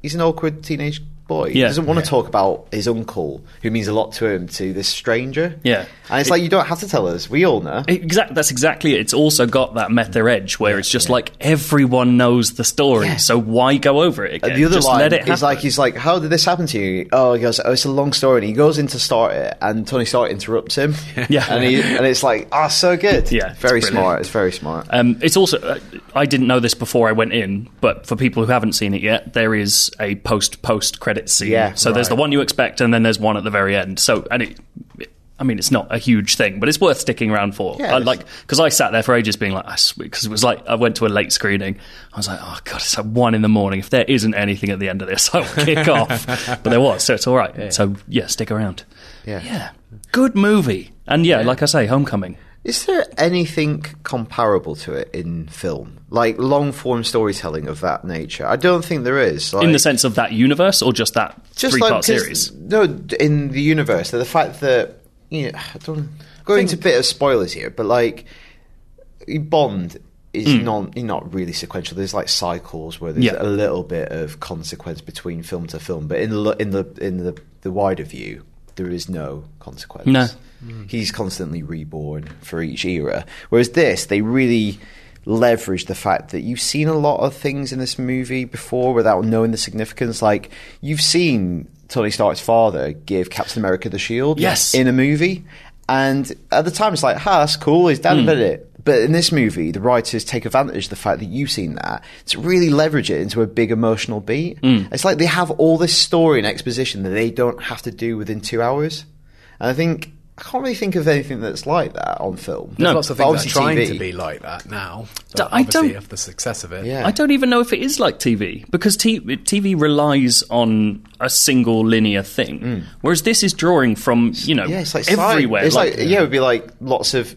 he's an awkward teenage boy. He
Yeah.
doesn't want to talk about his uncle, who means a lot to him, to this stranger.
Yeah.
and it's like you don't have to tell us. We all know.
Exact. That's exactly it. It's also got that meta edge where it's just like everyone knows the story,
Yeah. Uh,
so why go over it again?
the other
just
line
let it happen.
is like he's like, "How did this happen to you?" Oh, he goes, "Oh, it's a long story." And he goes in to start it, and Tony Stark interrupts him.
Yeah.
and, he, and it's like, "Ah, so good."
Yeah, it's
very
brilliant.
smart. It's very smart.
Um, it's also, uh, I didn't know this before I went in, but for people who haven't seen it yet, there is a post post credit scene.
Yeah,
so there's the one you expect, and then there's one at the very end. So, and it, it- I mean, it's not a huge thing, but it's worth sticking around for.
Yeah,
I
it's-
like because I sat there for ages, being like, because it was like I went to a late screening. I was like, oh god, it's like one in the morning. If there isn't anything at the end of this, I'll kick off. But there was, so it's all right. So yeah, stick around.
Yeah.
yeah, good movie. And yeah, like I say, Homecoming.
Is there anything comparable to it in film, like long form storytelling of that nature? I don't think there is. Like,
in the sense of that universe or just that three part
'cause-
series
No, d- in the universe, the fact that you know, I don't go into a bit of spoilers here, but like Bond is non not really sequential. There's like cycles where there's
Hmm. Yeah.
a little bit of consequence between film to film, but in the lo- in the in the the wider view, there is no consequence.
No.
He's constantly reborn for each era. Whereas this, they really leverage the fact that you've seen a lot of things in this movie before without knowing the significance. Like you've seen Tony Stark's father give Captain America the shield
Yes.
in a movie. And at the time, it's like, ha, that's cool, his
Hmm.
dad did it. But in this movie, the writers take advantage of the fact that you've seen that to really leverage it into a big emotional beat.
Hmm.
It's like they have all this story and exposition that they don't have to do within two hours. And I think, I can't really think of anything that's like that on film.
No.
Lots of
But
things that
obviously
are trying
TV.
to be like that now.
D-
but
I
obviously
don't-
of the success of it.
Yeah.
I don't even know if it is like TV because t- TV relies on a single linear thing, whereas this is drawing from you know
Hmm. Yeah, it's like sci-
everywhere.
It's like, yeah. it would be like lots of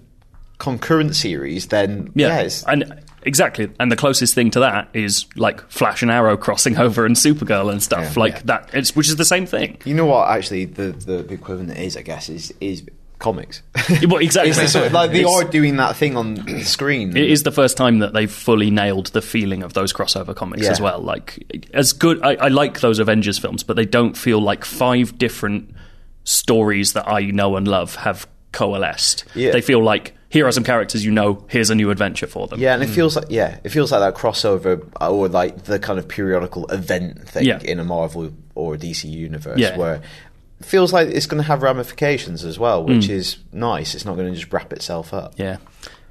concurrent series, then, yeah, it's,
and exactly. And the closest thing to that is like Flash and Arrow crossing over and Supergirl and stuff
Yeah.
like that. It's which is the same thing.
You know what? Actually, the the equivalent is, I guess, is is comics.
Well, exactly.
It's the sort of- like they
It's-
are doing that thing on the screen.
It is the first time that they've fully nailed the feeling of those crossover comics
Yeah.
as well. Like as good, I, I like those Avengers films, but they don't feel like five different stories that I know and love have coalesced.
Yeah.
They feel like here are some characters you know. Here's a new adventure for them.
Yeah, and it feels like yeah, it feels like that crossover or like the kind of periodical event thing
Yeah.
in a Marvel or a DC universe
Yeah.
where it feels like it's going to have ramifications as well, which is nice. It's not going to just wrap itself up.
Mm. Yeah.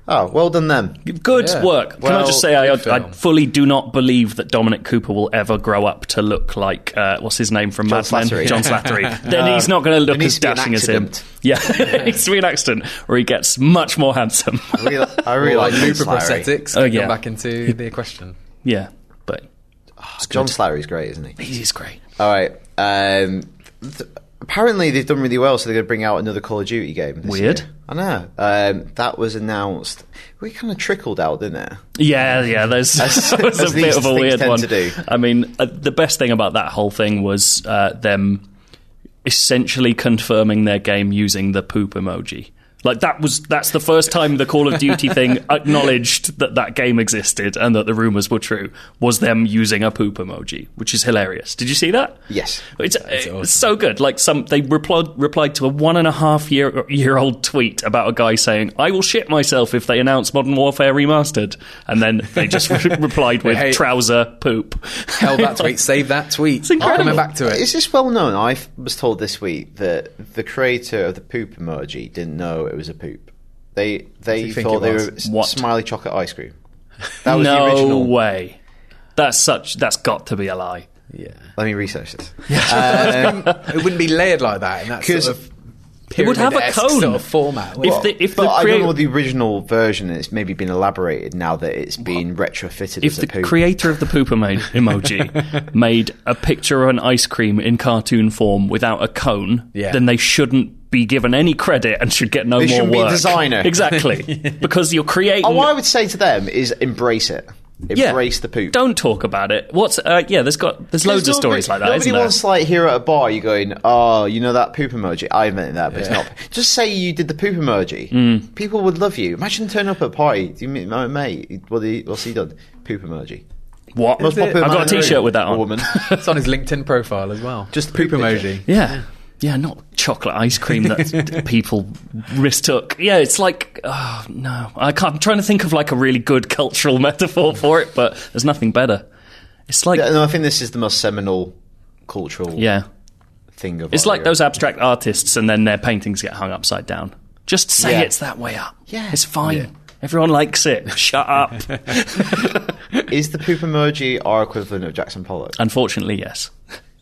Oh, well done them.
Good
Yeah.
work. Can I
Well,
just say I,
good
I
film.
fully do not believe that Dominic Cooper will ever grow up to look like uh, what's his name from Mad Men,
Slattery.
John Slattery. then he's not going to look
needs to
as
be an
dashing as him.
accident.
Yeah, it needs to be an accident, or he gets much more handsome.
I really, I really
Or
like
like
John
Looper
Slattery.
prosthetics.
Oh,
can
yeah.
Come back into the question.
yeah, but
John Slattery's great, isn't he?
he's great.
All right. Um, th- apparently, they've done really well, so they're going to bring out another Call of Duty game. this
Weird.
year. I know. Um, that was announced. We kind of trickled out, didn't it?
Yeah, yeah. There's
As-
there's
as
a
these
bit of a
things
weird
tend
one.
to do.
I mean, uh, the best thing about that whole thing was uh, them essentially confirming their game using the poop emoji. Like that was that's the first time the Call of Duty thing acknowledged that that game existed and that the rumors were true was them using a poop emoji, which is hilarious. Did you see that?
Yes.
It's, it's so good. Like some, they replied replied to a one and a half year year old tweet about a guy saying, "I will shit myself if they announce Modern Warfare remastered," and then they just re- replied with
Hey.
trouser poop.
Hell that tweet. Save that tweet. It's
incredible.
Coming back to it.
Is this well known? I f- was told this week that the creator of the poop emoji didn't know it was a poop. They they
you think
thought
it
they
was?
were s-
What?
smiley chocolate ice cream. That was the
no
original.
way. That's such. That's got to be a lie.
yeah.
Let me research this. Um,
it wouldn't be layered like that in that
'Cause
sort of
It would have a
pyramid-esque
cone.
sort of format.
If
Well,
the if
but
the,
I
creat-
don't know the original version. and It's maybe been elaborated now that it's been retrofitted
if
as
the
a poop.
creator of the poop emo- emoji made a picture of an ice cream in cartoon form without a cone,
Yeah.
then they shouldn't be given any credit and should get no
They
more
shouldn't be a
work.
designer.
exactly because you're creating.
And what I would say to them is embrace it.
Yeah.
Embrace the poop.
Don't talk about it. What's uh, yeah? There's got there's loads of
There's nobody-
stories like that,
Nobody
isn't there?
wants like here at a bar. You going, oh, you know that poop emoji? I invented that, but it's not. Just say you did the poop emoji.
Mm.
People would love you. Imagine turning up at a party. Do you meet my mate? What do you, what's he done? Poop emoji.
what?
Most
I've
popular man
got a
in the room,
T-shirt with that
or
on.
Woman.
it's on his LinkedIn profile as well.
Just
poop
poop
emoji.
Yeah. Yeah, not chocolate ice cream that people mistook. Yeah, it's like, oh, no. I can't, I'm trying to think of like a really good cultural metaphor for it, but there's nothing better. It's like,
Yeah,
yeah.
no, I think this is the most seminal cultural thing of.
It's
our
like
era.
those abstract artists and then their paintings get hung upside down. Just say
Yeah.
it's that way up.
Yeah.
It's fine. Everyone likes it. Shut up.
Is the poop emoji our equivalent of Jackson Pollock?
Unfortunately, yes.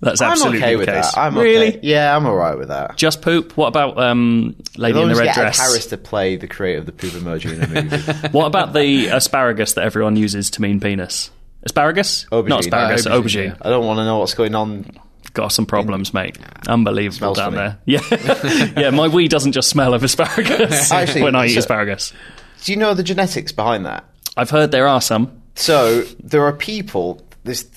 That's
I'm
absolutely
okay
the
with
case.
that. I'm
really?
okay. Yeah, I'm all right with that.
Just poop? What about um, Lady
As long
in the
as you
Red
get Ed
Dress?
Harris to play the creator of the poop emoji in a movie.
What about the asparagus that everyone uses to mean penis? Asparagus?
Aubergine.
Not asparagus,
Uh, aubergine,
aubergine.
yeah.
I don't want to know what's going on.
Got some problems, mate. Unbelievable
Smells
down
funny.
there. Yeah. yeah, my wee doesn't just smell of asparagus
Actually,
when I eat
so-
asparagus.
Do you know the genetics behind that?
I've heard there are some.
So there are people. This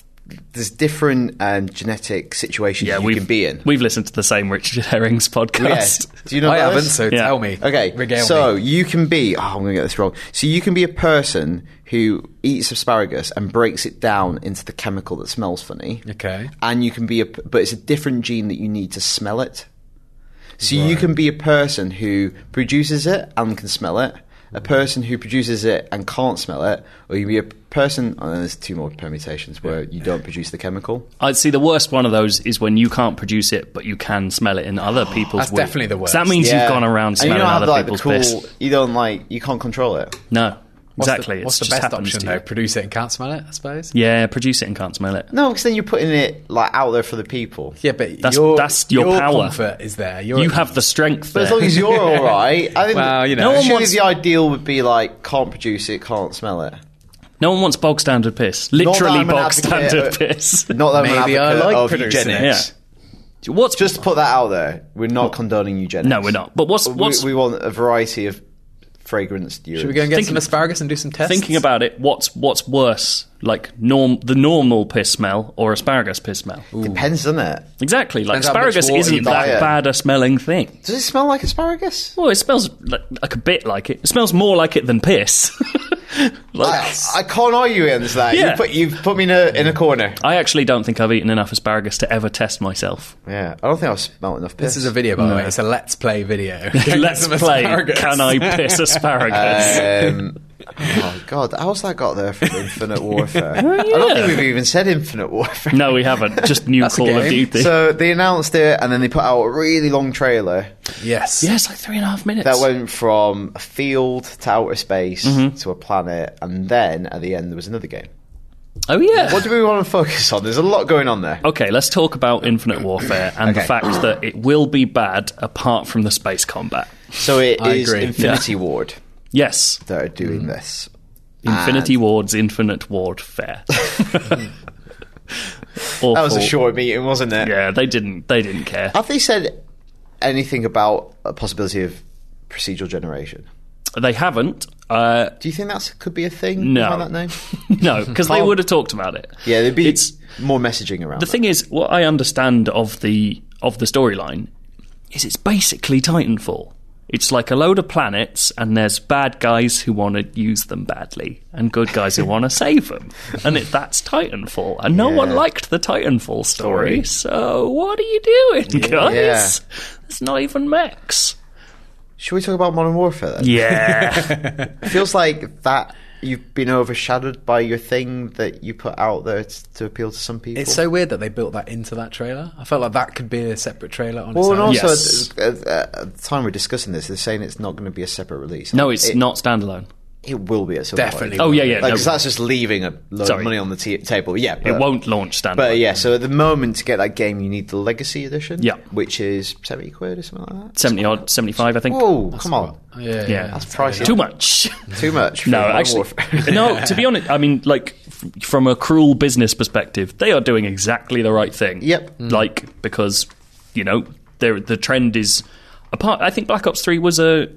there's different um, genetic situations
Yeah,
you
we've
can be in.
We've listened to the same Richard Herrings
Yeah.
podcast.
Do you know
I
about
haven't,
this?
so
Yeah.
tell me.
Okay,
Regale
so
me.
you can be. Oh, I'm going to get this wrong. So you can be a person who eats asparagus and breaks it down into the chemical that smells funny.
Okay.
And you can be a, p- but it's a different gene that you need to smell it. So you can be a person who produces it and can smell it, a person who produces it and can't smell it, or you can be a person. oh, And then there's two more permutations where you don't produce the chemical.
I'd see the worst one of those is when you can't produce it, but you can smell it in other people's.
That's
wee.
definitely the
'Cause That
worst.
means
Yeah.
you've gone around
and you
smelling
don't have
other
like the
people's
cool.
piss.
You don't like. You can't control it.
No,
What's the-
exactly.
What's
it's
the
just
best
happens
option
to
though?
you.
Produce it and can't smell it, I suppose.
Yeah, produce it and can't smell it.
No, because then you're putting it like out there for the people.
Yeah, but
That's-
your,
that's your power.
comfort is there. Your,
You have the strength.
But as
there.
long as you're all right, I think
Well, you know.
no one
No one
surely
wants-
the ideal would be like can't produce it, can't smell it.
No one wants bog standard piss.
that
Literally
I'm an
bog
advocate,
standard
uh,
piss.
Not that
Maybe
we're
I
an advocate
like
of
producing it.
eugenics.
What's
Just to put that out there, we're not condoning eugenics.
no, we're not. But what's
We-
what's
We, want a variety of fragrance.
Should we go and get
Thinking-
some asparagus and do some tests?
thinking about it? What's what's worse, like norm the normal piss smell or asparagus piss smell?
Depends, doesn't it?
Exactly. Like
Depends how much
asparagus
water
isn't
you
buy
that
it.
bad a smelling thing.
Does it smell like asparagus?
Well, it smells like, like a bit like it. It smells more like it than piss. like.
I, I can't argue against that. You
Yeah.
put you put me in a in a corner.
I actually don't think I've eaten enough asparagus to ever test myself.
Yeah, I don't think I've smelled enough. Piss.
This is a video, by the way. It's a let's play video.
Let's
Some
play.
asparagus.
Can I piss asparagus?
Um, oh God, how's that got there from Infinite Warfare? I don't think we've even said Infinite Warfare.
Oh, no, we haven't. Just new
That's a
Call of
game.
Duty.
So they announced it, and then they put out a really long trailer
Yes.
yeah, it's like three and a half minutes.
that went from a field to outer space
Mm-hmm.
to a planet, and then at the end there was another game.
oh yeah.
What do we want to focus on? There's a lot going on there.
Okay, let's talk about Infinite Warfare and the
Okay.
fact that it will be bad apart from the space combat.
So it is
I agree.
Infinity Ward
Yes,
that are doing this.
Mm-hmm. Infinity Ward's Infinite Ward Fair. Awful.
That was a short meeting, wasn't it?
Yeah, they didn't. They didn't care.
Have they said anything about a possibility of procedural generation?
They haven't. Uh,
Do you think that could be a thing?
No.
behind that name.
no, because they
Can't-
would have talked about it.
Yeah, there'd be
It's-
more messaging around.
The thing is, what I understand of the of the storyline is it's basically Titanfall. It's like a load of planets, and there's bad guys who want to use them badly, and good guys who want to save them, and it, that's Titanfall. And no one
Yeah.
liked the Titanfall story, so what are you doing, guys? It's not even mechs.
Should we talk about Modern Warfare then?
Yeah,
It feels like that you've been overshadowed by your thing that you put out there t- to appeal to some people.
It's so weird that they built that into that trailer. I felt like that could be a separate trailer on
well,
its
and
own.
also
Yes.
at, at, at the time we're discussing this, they're saying it's not going to be a separate release.
no, it's
It-
not standalone.
It will be at some
Definitely.
point.
Oh yeah, yeah.
Like,
no,
'cause that's just leaving a load
Sorry.
of money on the t- table. Yeah,
it
but-
won't launch standalone.
But yeah, so at the moment to get that game, you need the Legacy Edition.
Yeah.
which is seventy quid or something like that.
seventy odd, seventy five, I think.
Whoa, come on,
Yeah, yeah,
yeah,
that's pricey.
too much.
Too much. For
No,
Modern
actually,
Warfare.
no. To be honest, I mean, like f- from a cruel business perspective, they are doing exactly the right thing.
Yep.
Like because you know there the trend is apart. I think Black Ops Three was a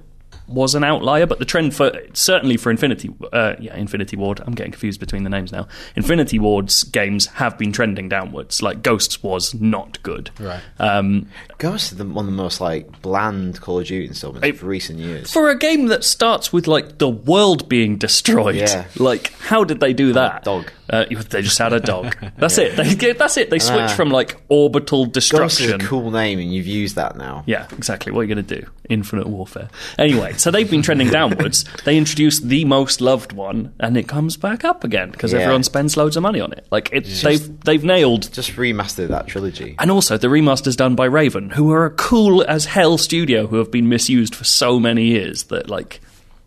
was an outlier, but the trend for certainly for Infinity, uh, yeah, Infinity Ward. I'm getting confused between the names now. Infinity Ward's games have been trending downwards. Like Ghosts was not good.
Right.
Um,
Ghost is the, one of the most like bland Call of Duty installments
It-
of recent years.
for a game that starts with like the world being destroyed,
Yeah.
like how did they do that?
dog.
Uh, you- they just had a dog. That's it. They get, that's it. They switch from like orbital
Ghost Ah. is a
destruction.
cool name, and you've used that now.
Yeah, exactly. What are you going to do? Infinite warfare. Anyway, so they've been trending downwards. They introduce the most loved one, and it comes back up again because
Yeah.
everyone spends loads of money on it. Like it, they've they've nailed
Just remastered that trilogy.
and also, the remaster's done by Raven, who are a cool as hell studio who have been misused for so many years that, like,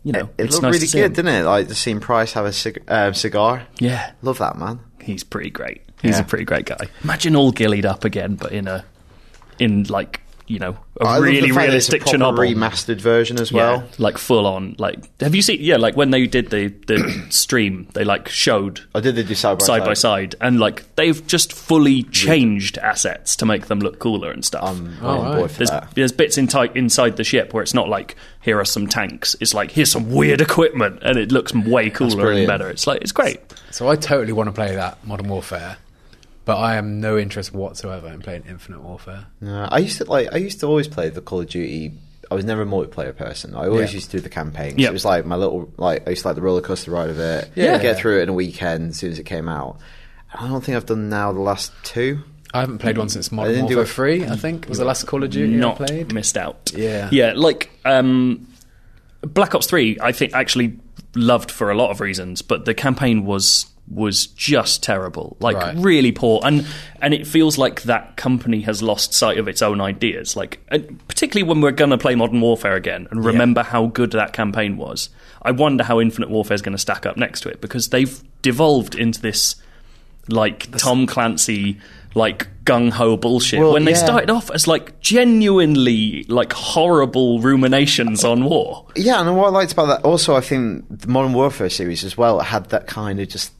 you know,
It
it's
looked
nice
really
to see
good,
him.
didn't it? Like the scene Price have a cig- um, cigar.
Yeah,
Love that man.
he's pretty great. He's
Yeah.
a pretty great guy. Imagine all gillied up again, but in a, in like, you know, a
I love the
really
fact that it's
realistic
a proper
Chernobyl.
remastered version as
Yeah,
well.
like full on. Like, have you seen? Yeah, like when they did the the stream, they like showed
Or did they do side by side?
side by side, and like they've just fully changed assets to make them look cooler and stuff.
Mm, I'm on board for
There's,
that.
there's bits in ti- inside the ship where it's not like here are some tanks. It's like here's some weird equipment, and it looks way cooler and
brilliant.
better. It's like it's great.
So I totally want to play that Modern Warfare. But I am no interest whatsoever in playing Infinite Warfare.
No, I used to like. I used to always play the Call of Duty. I was never a multiplayer person. I always
Yeah.
used to do the campaigns.
Yeah.
It was like my little like. I used to like the roller coaster ride of it.
Yeah.
get through it in a weekend as soon as it came out. I don't think I've done now the last two.
I haven't played one since
I
Modern
didn't do
Warfare
it-
Three. I think was the last Call of Duty
not
I played.
missed out.
Yeah.
yeah. Like um, Black Ops Three, I think actually loved for a lot of reasons, but the campaign was was just terrible, like
Right.
really poor, and and it feels like that company has lost sight of its own ideas. Like and particularly when we're gonna play Modern Warfare again and remember how good that campaign was. I wonder how Infinite Warfare is going to stack up next to it because they've devolved into this like Tom Clancy, like gung ho bullshit.
Well,
when they
yeah.
started off as like genuinely like horrible ruminations on war.
Yeah, and what I liked about that also, I think the Modern Warfare series as well had that kind of just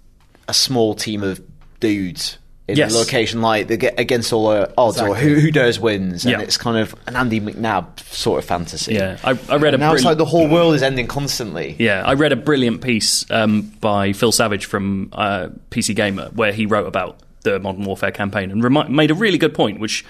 a small team of dudes in
Yes.
a location like they get against all uh, odds or
Exactly.
who, who dares wins, and
Yeah.
it's kind of an Andy McNabb sort of fantasy.
Yeah, I, I read a
now it's
brill-
like the whole world is ending constantly.
yeah, I read a brilliant piece um, by Phil Savage from uh, PC Gamer where he wrote about the Modern Warfare campaign and remi- made a really good point, which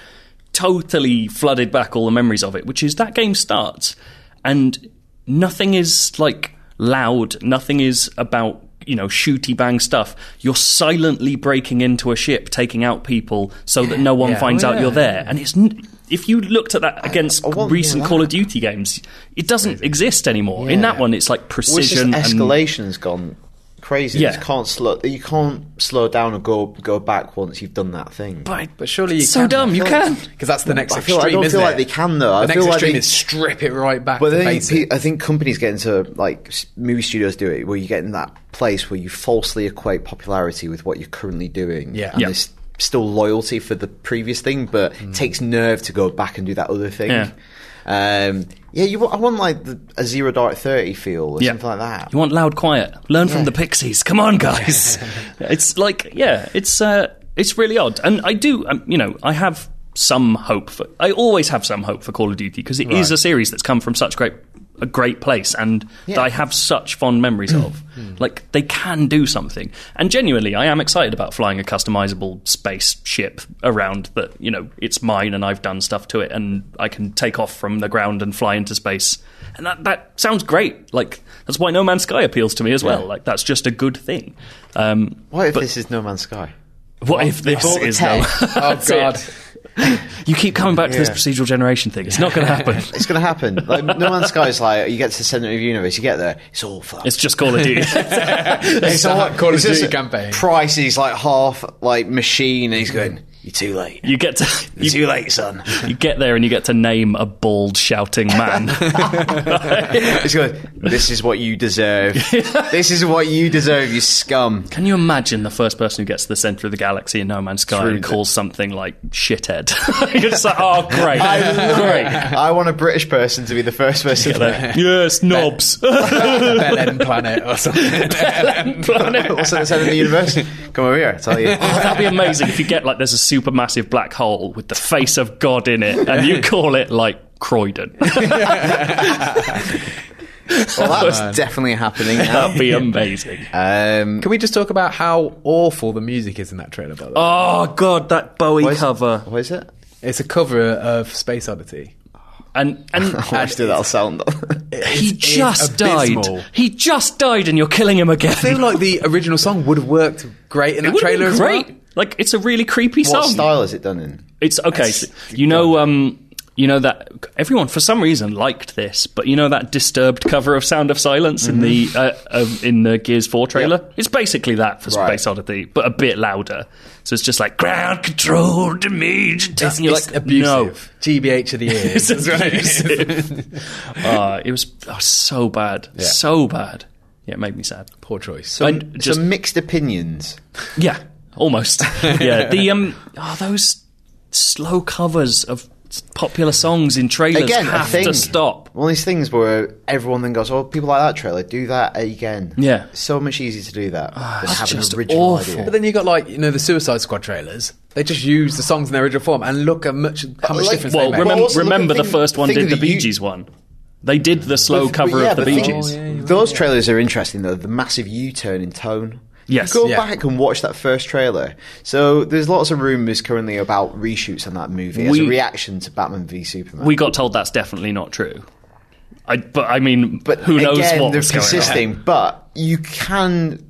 totally flooded back all the memories of it. Which is that game starts and nothing is like loud, nothing is about you know shooty bang stuff. You're silently breaking into a ship, taking out people so that no one
Yeah.
finds
Oh,
out
yeah.
you're there, Uh, and it's. N- if you looked at that against
I want more of
recent
that.
Call of Duty games, it doesn't exist anymore. In that
Yeah.
one, it's like
Well, it's just
precision and
escalation's gone crazy. You
Yeah.
just can't slow. You can't slow down or go go back once you've done that thing.
but,
But surely you
so
can,
dumb.
I
You
feel-
can.
because that's the next
I feel-
extreme.
I don't
isn't
feel like
it?
they can, though.
The
I
next
feel like
extreme
they-
is strip it right back.
But
to
then
basics.
pe- I think companies get into like s- movie studios do it, where you get in that place where you falsely equate popularity with what you're currently doing.
Yeah.
and
Yeah. Mm.
there's still loyalty for the previous thing, but it takes nerve to go back and do that other thing.
Yeah.
Um, yeah, you. wa- I want like the, a zero dark thirty feel or
Yeah.
something like that.
You want loud, quiet. Learn from
Yeah.
the Pixies. Come on, guys. it's like, yeah, it's uh, it's really odd. And I do, um, you know, I have some hope. For, I always have some hope for Call of Duty because it is a series that's come from such great a great place and that I have such fond memories of. like they can do something. And genuinely, I am excited about flying a customizable space ship around that, you know, it's mine and I've done stuff to it and I can take off from the ground and fly into space. And that, that sounds great. Like, that's why No Man's Sky appeals to me as well. Like, that's just a good thing. Um,
What if this is No Man's Sky?
what if this
All the
is no?
tech.
oh
That's it.
god,
You keep coming back to this
Yeah.
procedural generation thing. It's not going to happen.
It's going to happen. Like No Man's Sky is like you get to the center of the universe, you get there, it's all fucked.
It's just Call of Duty.
It's
a
all-
hot Call of
it's just
Duty campaign.
Price is like half like machine, and he's going, "You're too late.
you get to
You're
you,
too late, son."
you get there and you get to name a bald shouting man.
It's good. This is what you deserve. this is what you deserve, you scum.
Can you imagine the first person who gets to the center of the galaxy in No Man's Sky
Through
and
the-
calls something like shithead? You're just like, oh, great. great.
I want a British person to be the first person there.
yes, knobs.
Belen Planet or something.
Also, the center of the universe. Come over here, I tell you.
That'd be amazing if you get like there's a supermassive black hole with the face of God in it and you call it like Croydon.
Well, that's definitely happening now.
That'd be amazing.
Um,
Can we just talk about how awful the music is in that trailer? By the way,
Oh god, that Bowie
what is-
cover.
What is it?
it's a cover of Space Oddity.
And and
How much do that'll sound?
he
it's
just died.
abysmal.
He just died and you're killing him again.
I feel like the original song would have worked great in
It
that
would've
trailer
been
as well.
great. Like it's a really creepy
what
song.
style is it done in?
It's okay. so you know, um, you know that everyone for some reason liked this, but you know that disturbed cover of Sound of Silence in the uh, um, in the Gears Four trailer. It's basically that for
Right.
Space Oddity, but a bit louder. So it's just like ground control to me.
It's,
you're
it's
like no.
abusive. GBH of the year.
It's abusive. uh, it was oh, so bad, so bad. Yeah, it made me sad.
Poor choice.
And just-
Some mixed opinions.
Yeah, almost. yeah, the um, oh, those slow covers of s- popular songs in trailers
Again, a
have
thing.
to stop.
One of these things where everyone then goes, "Oh, people like that trailer. Do that again."
Yeah.
so much easier to do that than
it's
have
just
an original
awful.
idea.
But then you got like you know the Suicide Squad trailers. They just use the songs in their original form and look at much how much
Like-
difference
Well,
they
remem-
make.
remember,
also look at
remember the
thing-
first one
think
did
of
the
the
Bee
U-
Gees one. They did the
But-
slow
but
cover
yeah,
of the
but
Bee
think-
Gees.
Those trailers are interesting though. The massive U turn in tone.
Yes.
Go
Yeah.
back and watch that first trailer. So there's lots of rumours currently about reshoots on that movie as a
We-
reaction to Batman v Superman.
We got told that's definitely not true. I, but I mean,
but
who knows
again,
what
they're
was going on?
consisting. But you can.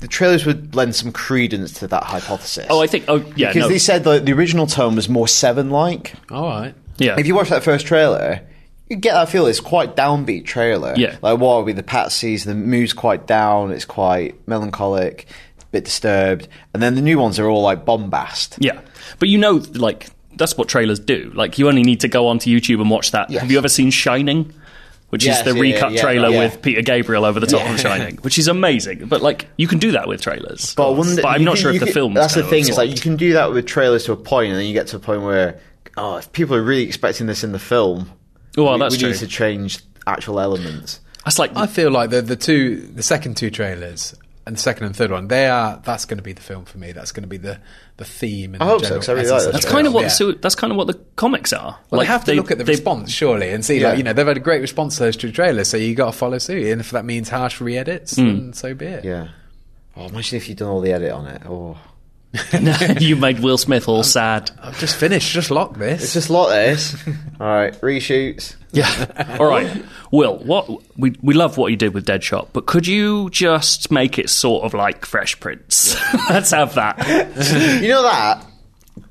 The trailers would lend some credence to that hypothesis.
Oh, I think. Oh, yeah.
because
no.
they said that the original tone was more Seven-like.
All right.
yeah.
If you watch that first trailer, you get that feel. It's quite downbeat trailer.
Yeah.
Like what are we? The patsies. The mood's quite down. It's quite melancholic, a bit disturbed. And then the new ones are all like bombast.
Yeah, but you know, like that's what trailers do. Like you only need to go onto YouTube and watch that.
Yes.
Have you ever seen Shining? Which
Yes,
is the
yeah,
recut
yeah, yeah.
trailer
Yeah.
with Peter Gabriel over the top of Shining, which is amazing. But like, you can do that with trailers.
But, I wonder-
I'm
you
not
can-
sure
you
if the
can-
film.
That's the thing. Is like you can do that with trailers to a point, and then you get to a point where oh, if people are really expecting this in the film,
Oh, Well,
we,
that's
we
true.
need to change actual elements.
that's like
I feel like the the two the second two trailers and the second and third one they are that's going to be the film for me. That's going to be the the theme. And
I
the
hope so,
general
'cause I really
essence
like that
that's
trailer.
kind of what
Yeah.
the, su- that's kind of what the comics are.
Well,
like
they have to look at the response surely and see
Yeah.
like you know they've had a great response to those two trailers, so you got to follow suit. And if that means harsh re-edits,
Hmm.
then so be it.
Yeah. Oh, imagine if you'd done all the edit on it. Oh,
you made Will Smith
Um,
all sad.
I've just finished. Just lock
it's
this.
just lot this. all right, reshoots.
Yeah. All right. Will, what we we love what you did with Deadshot, but could you just make it sort of like Fresh Prince? Let's have that.
You know that.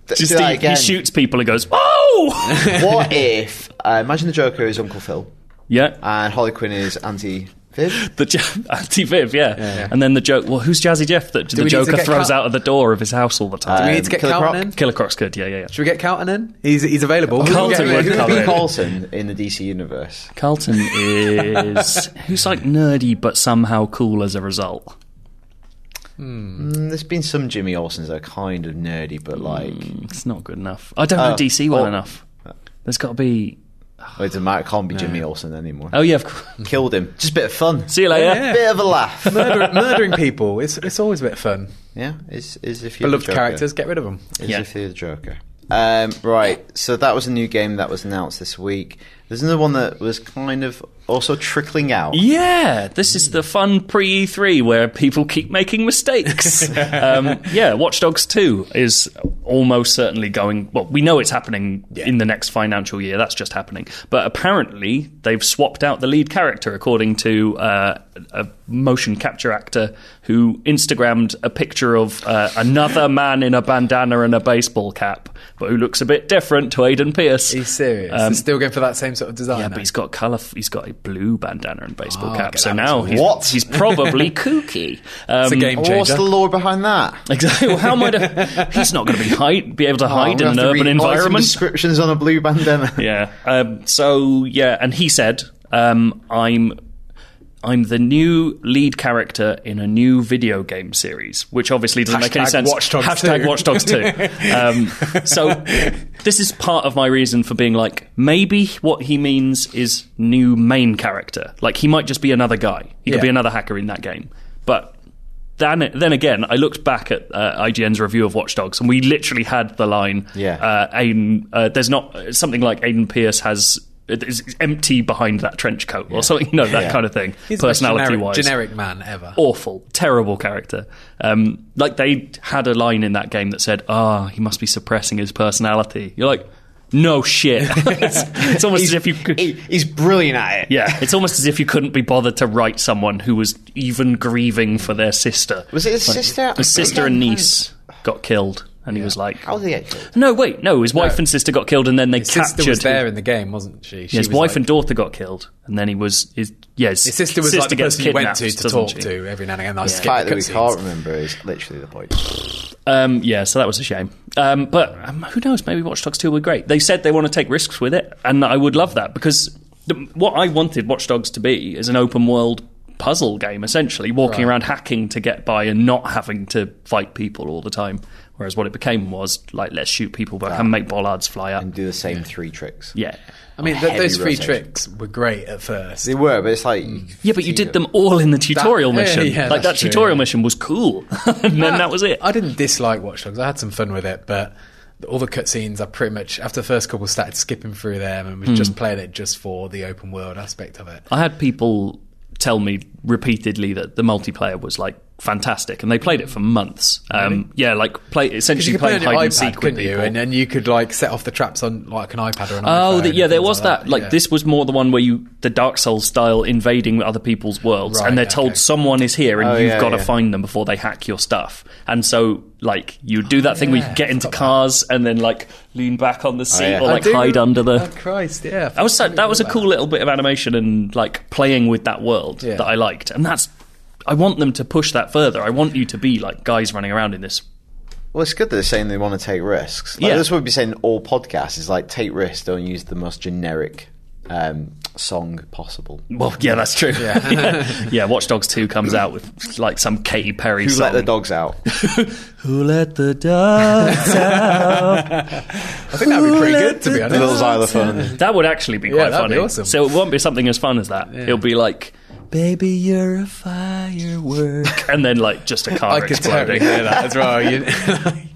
Th-
Just
do that
he, he
again.
shoots people and goes, "Oh!"
What if? Uh, imagine the Joker is Uncle Phil
Ah.
yeah.
and Harley Quinn is Auntie Viv.
The jo- anti Viv, yeah.
yeah.
And then the joke. Well, who's Jazzy Jeff that
we
the
need to
Joker
get Uh,
throws
cut?
out of the door of his house all the
Do
we
time?
need to get
Killer
Carlton
Croc.
in.
Killer Croc's good. Yeah, yeah, yeah.
Should we get Carlton in? He's he's available.
Carlton
We'll
would
get-
Who's
come
Pete
in.
Coulson in the DC universe?
Carlton is who's like nerdy but somehow cool as a result.
Mm, there's been some Jimmy Olsons that are kind of nerdy,
Hmm.
but like,
It's not good enough. I don't know
Oh,
DC well
oh.
enough. There's got to be.
oh, it doesn't matter. It can't be Jimmy Olsen anymore.
Oh yeah, of course.
Killed him. Just a bit of fun.
See you later.
Yeah.
Bit of a laugh.
Murder- murdering people. It's it's always a bit fun.
yeah, is is if you
Beloved characters, get rid of them.
Is
Yeah.
if you're the Joker. Um, right, so that was a new game that was announced this week. There's another one that was kind of also trickling out.
Yeah, this is the fun pre E3 where people keep making mistakes. um, yeah, Watch Dogs 2 is almost certainly going. Well, we know it's happening in the next financial year. That's just happening. But apparently, they've swapped out the lead character, according to uh, a motion capture actor who Instagrammed a picture of uh, another man in a bandana and a baseball cap, but who looks a bit different to Aidan Pierce.
He's serious.
Um,
They're still going for that same sort of design.
yeah, but he's got color. He's got a blue bandana and baseball
Oh,
cap.
get
So
out.
now he's,
What?
he's probably kooky. Um,
it's a game
Well, What's
changer.
the lore behind that?
Exactly. Well, how might a, he's not going to be hide, be able to
I'm
hide
gonna have
in an
to
urban
read all some
environment?
Descriptions on a blue bandana.
Yeah. Um, so yeah, and he said, um, "I'm." I'm the new lead character in a new video game series, which obviously doesn't make any
Hashtag
sense.
Watch Dogs
Hashtag
2.
Watch Dogs 2. Um, so, this is part of my reason for being like, maybe what he means is new main character. Like, he might just be another guy. He could
Yeah.
be another hacker in that game. But then, then again, I looked back at uh, IGN's review of Watch Dogs, and we literally had the line,
Yeah.
uh, Aiden, uh, there's not something like Aiden Pierce has is empty behind that trench coat or something, you know, that kind of thing.
He's the most
personality
generic,
wise,
generic man ever.
awful, terrible character. Um, like they had a line in that game that said, "Ah, he must be suppressing his personality." You're like, no shit. it's, it's almost as if you could.
He- he's brilliant at it.
yeah, it's almost as if you couldn't be bothered to write someone who was even grieving for their sister.
Was it his sister?
His sister and niece got killed, and he was like,
How did he get killed?
"No, wait, no." His wife
No.
and sister got killed, and then they
His
captured.
sister was there in the game, wasn't she? she
his
was
wife
like-
and daughter got killed, and then he was his yeah. His,
his sister was like the
gets
person you went
kidnapped,
to to
doesn't
talk
she?
to every now and again. I
The
skip
fact
the
that we
cutscenes.
can't remember is literally the point.
Um, yeah, so that was a shame. Um, but um, who knows? Maybe Watch Dogs Two will be great. They said they want to take risks with it, and I would love that because the, what I wanted Watch Dogs to be is an open world puzzle game, essentially walking around hacking to get by and not having to fight people all the time. Whereas what it became was like, let's shoot people
Ah.
back and make bollards fly up.
And do the same three tricks.
Yeah.
I mean, th-
Heavy
those three
rotation.
tricks were great at first.
They were, but it's like.
Yeah, but you did them all in the tutorial
yeah,
mission.
yeah,
like that
that's true,
tutorial
yeah.
mission was cool, and then that was it.
I didn't dislike Watch Dogs. I had some fun with it, but all the cutscenes, I pretty much after the first couple started skipping
Hmm.
through them and was just playing it just for the open world aspect of it.
I had people tell me repeatedly that the multiplayer was like fantastic, and they played it for months. Um, Yeah, like play
Because you
essentially
could play
play
it
hide
on your
and
iPad,
seek with
couldn't you?
people.
And then you could like set off the traps on like an iPad or an iPhone.
Oh, the,
and
yeah, there
things
was that. Like
Yeah.
this was more the one where you the Dark Souls style invading other people's worlds,
Right,
and they're
okay.
told someone is here and
Oh,
you've
yeah,
got to
yeah.
find them before they hack your stuff. And so, like, you do that thing where
yeah,
you get into
forgot Oh,
cars and then like lean back on the seat
yeah.
or
I
like
do-
hide under the.
Oh Christ, yeah.
That was so, that was a cool little bit of animation and like playing with that world
Yeah.
that I liked, and that's I want them to push that further. I want you to be like guys running around in this.
Well, it's good that they're saying they want to take risks. Like,
Yeah.
That's what we've been saying all podcasts is like take risks, don't use the most generic um, song possible.
Well, yeah, that's true. Yeah, yeah. Watch Dogs Two comes out with like some Katy Perry
Who let
song.
the dogs out?
Who let the dogs out?
I think that'd be pretty good to be honest.
Little xylophone.
that would actually be quite
that'd
funny.
be awesome.
So it won't be something as fun as that. It'll be like, "Baby, you're a firework," and then like just a car
I could
exploding.
totally hear that as well. You,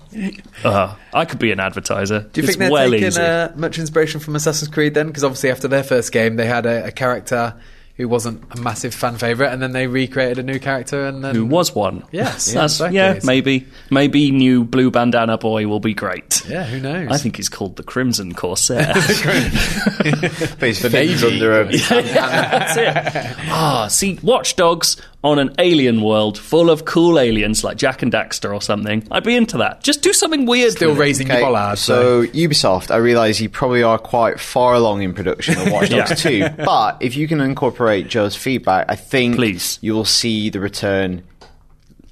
Uh, I could be an advertiser.
Do you
it's
think they're
well
taking
easy.
uh, much inspiration from Assassin's Creed then? Because obviously after their first game, they had a, a character who wasn't a massive fan favorite, and then they recreated a new character, and then
who was one.
Mm. Yes,
That's-
exactly.
yeah, maybe, maybe new blue bandana boy will be great.
yeah, who knows?
I think he's called the Crimson Corsair.
But his fin's
Navy.
under him.
That's it. Ah, see, Watch Dogs on an alien world full of cool aliens like Jack and Daxter or something. I'd be into that. Just do something weird.
still
with it.
raising your bollard. So,
uh,
so Ubisoft, I realise you probably are quite far along in production of Watch
Yeah.
Dogs 2, but if you can incorporate Joe's feedback, I think
Please.
you will see the return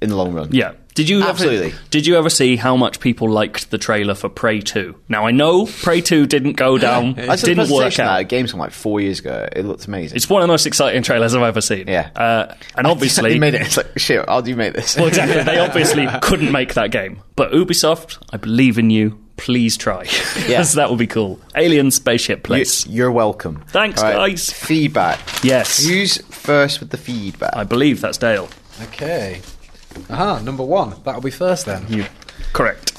in the long run.
Yeah. Did you
Absolutely.
Ever, did you ever see how much people liked the trailer for Prey Two? Now I know Prey Two didn't go down.
I
it
saw the
didn't work
presentation at
out.
a Gamescom like four years ago. It looked amazing.
It's one of the most exciting trailers I've ever seen.
Yeah.
Uh, and obviously
they made it. It's like shit. How do you make this?
Well, exactly. They obviously couldn't make that game. But Ubisoft, I believe in you. Please try. Yes, that would be cool. Alien spaceship
You-
place.
You're welcome.
Thanks,
All
guys.
Feedback.
Yes.
Who's first with the feedback?
I believe that's Dale.
okay, aha, number one. That'll be first then.
You correct?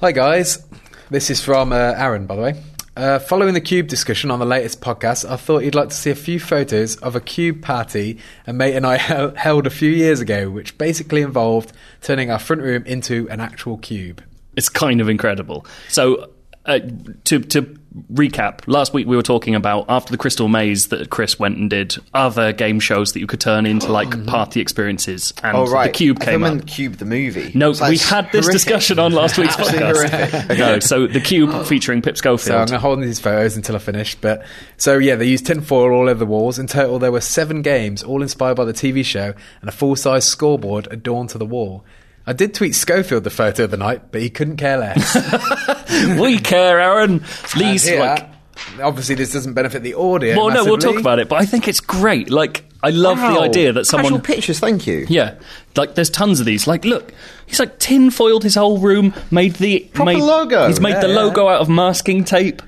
Hi, guys. This is from uh, Aaron, by the way. Uh, following the cube discussion on the latest podcast, I thought you'd like to see a few photos of a cube party a mate and I hel- held a few years ago, which basically involved turning our front room into an actual cube.
It's kind of incredible. So, uh, to to recap, last week we were talking about after the Crystal Maze that Chris went and did other game shows that you could turn into like party experiences, and
oh right,
the cube
I
came
thought you
up.
meant Cube the movie.
No,
It's like
we had this
horrific.
discussion on last week's
Absolutely Oh.
podcast. No, so the cube featuring Pip
So I'm
Schofield.
going to hold these photos until I finish. But so yeah, they used tinfoil all over the walls. In total, there were seven games, all inspired by the TV show, and a full-size scoreboard adorned to the wall. I did tweet Schofield the photo of the night, but he couldn't care less.
we care, Aaron.
And
Please,
here,
like,
obviously, this doesn't benefit the audio.
Well, no, we'll
massively.
talk about it, but I think it's great. Like, I love the
Wow.
idea that someone.
Casual pictures. Thank you.
Yeah, like there's tons of these. Like, look, he's like tinfoiled his whole room, made the
Proper
made,
logo.
He's made
Yeah,
the
yeah.
logo out of masking tape.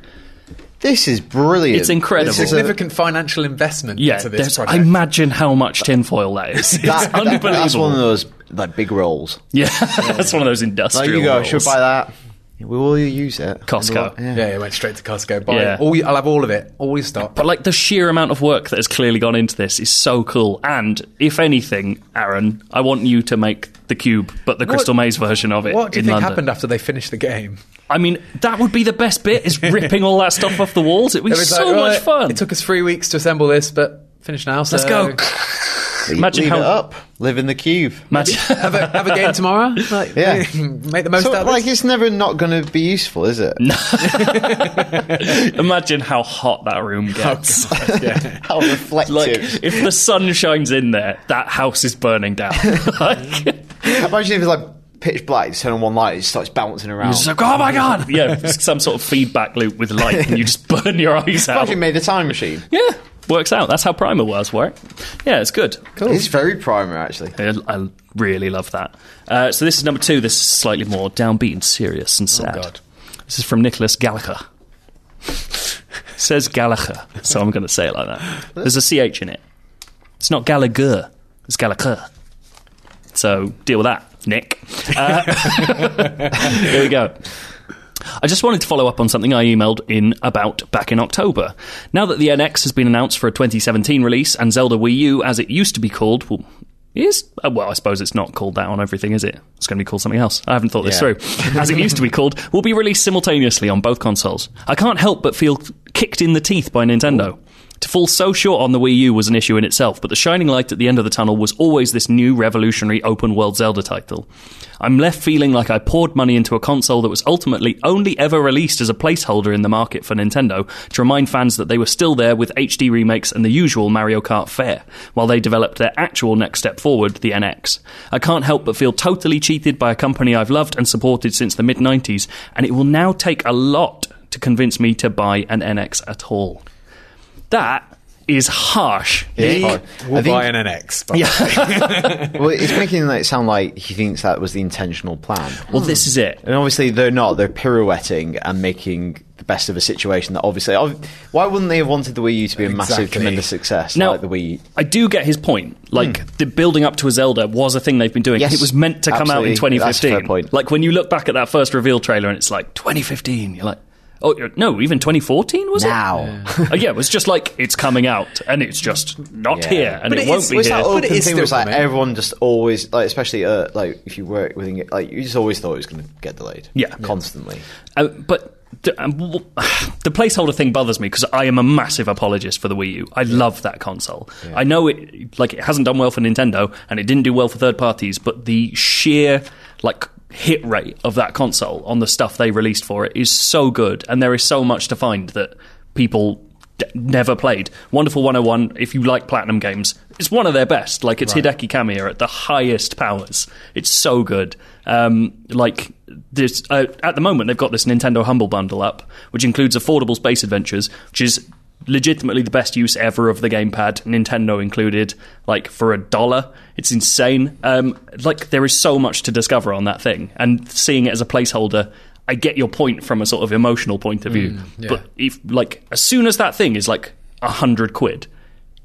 This is brilliant.
It's incredible.
This is a-
Significant financial investment
Yeah,
into this
there's- I
project.
imagine how much tinfoil that is. It's
that- that-
unbelievable.
That's one of those like big rolls.
yeah, that's one of those industrial.
Like you go.
rolls.
Should buy that. We will use it.
Costco.
Yeah.
yeah, it went straight to Costco. Buy
Yeah.
it. all. I'll have all of it. All your stock.
But like the sheer amount of work that has clearly gone into this is so cool. And if anything, Aaron, I want you to make the cube, but the Crystal Maze version of it.
what do you
in
think
London.
happened after they finished the game?
I mean, that would be the best bit is ripping all that stuff off the walls. It'd be
It was
so
like,
much
right,
fun.
It took us three weeks to assemble this, but finish now. So
Let's go. Imagine
Leave
how-
it up. Live in the cube.
Imagine-
have, a, have a game tomorrow. Like,
Yeah.
make the most
So,
out of
like,
this.
it's never not going to be useful, is it? No.
imagine how hot that room gets.
How reflective.
like if the sun shines in there, that house is burning down. like,
Imagine if it's like pitch black, you turn on one light, it starts bouncing around.
it's like, oh my god! Yeah, it's some sort of feedback loop with light, and you just burn your eyes out.
Imagine you made a time machine.
Yeah, works out. That's how Primer was work. Yeah, it's good.
It's very primer, actually.
I, I really love that. Uh, so this is number two. This is slightly more downbeat and serious and sad.
God.
This is from Nicholas Gallagher. Says Gallagher, so I'm going to say it like that. There's a ch in it. It's not Gallagher. It's Gallagher. So deal with that, Nick. Uh, here we go. I just wanted to follow up on something I emailed in about back in October. Now that the NX has been announced for a 2017 release and Zelda Wii U, as it used to be called, well, is uh, well, I suppose it's not called that on everything, is it? It's going to be called something else. I haven't thought this
Yeah.
through. As it used to be called, will be released simultaneously on both consoles. I can't help but feel kicked in the teeth by Nintendo. To fall so short on the Wii U was an issue in itself, but the shining light at the end of the tunnel was always this new revolutionary open world Zelda title. I'm left feeling like I poured money into a console that was ultimately only ever released as a placeholder in the market for Nintendo to remind fans that they were still there with HD remakes and the usual Mario Kart fare, while they developed their actual next step forward, the NX. I can't help but feel totally cheated by a company I've loved and supported since the mid 90s, and it will now take a lot to convince me to buy an NX at all. That is harsh.
He
hard. I
will
think-
buy an NX. But yeah.
well, it's making it sound like he thinks that was the intentional plan.
Well, this is it.
And obviously they're not. They're pirouetting and making the best of a situation that obviously. ob- Why wouldn't they have wanted the Wii U to be a massive,
Exactly.
tremendous success
Now-
like the Wii?
I do get his point. Like the building up to a Zelda was a thing they've been doing.
Yes,
it was meant to come out in
absolutely.
2015.
That's a fair point.
Like when you look back at that first reveal trailer and it's like 2015, you're like, oh you're- no, even 2014 was
Now.
it? Uh, yeah, it was just like it's coming out and it's just not
Yeah.
here and
But
it,
it
won't
is-
be
was
here.
that all-
open
But it is
thing
still
was like
coming.
everyone just always like, especially uh, like if you work within it, like you just always thought it was going to get delayed.
Yeah.
constantly.
Uh, but the, um, w- the placeholder thing bothers me because I am a massive apologist for the Wii U. I love that console. I know it like it hasn't done well for Nintendo and it didn't do well for third parties, but the sheer like hit rate of that console on the stuff they released for it is so good, and there is so much to find that people. d- Never played Wonderful 101. If you like platinum games, it's one of their best. Like it's Hideki Kamiya at the highest powers. It's so good. Um, like this uh, at the moment they've got this Nintendo Humble Bundle up, which includes affordable space adventures, which is legitimately the best use ever of the gamepad, Nintendo included. Like for a dollar, it's insane. Um, like there is so much to discover on that thing, and seeing it as a placeholder. I get your point from a sort of emotional point of
Mm,
view, but if like as soon as that thing is like a hundred quid,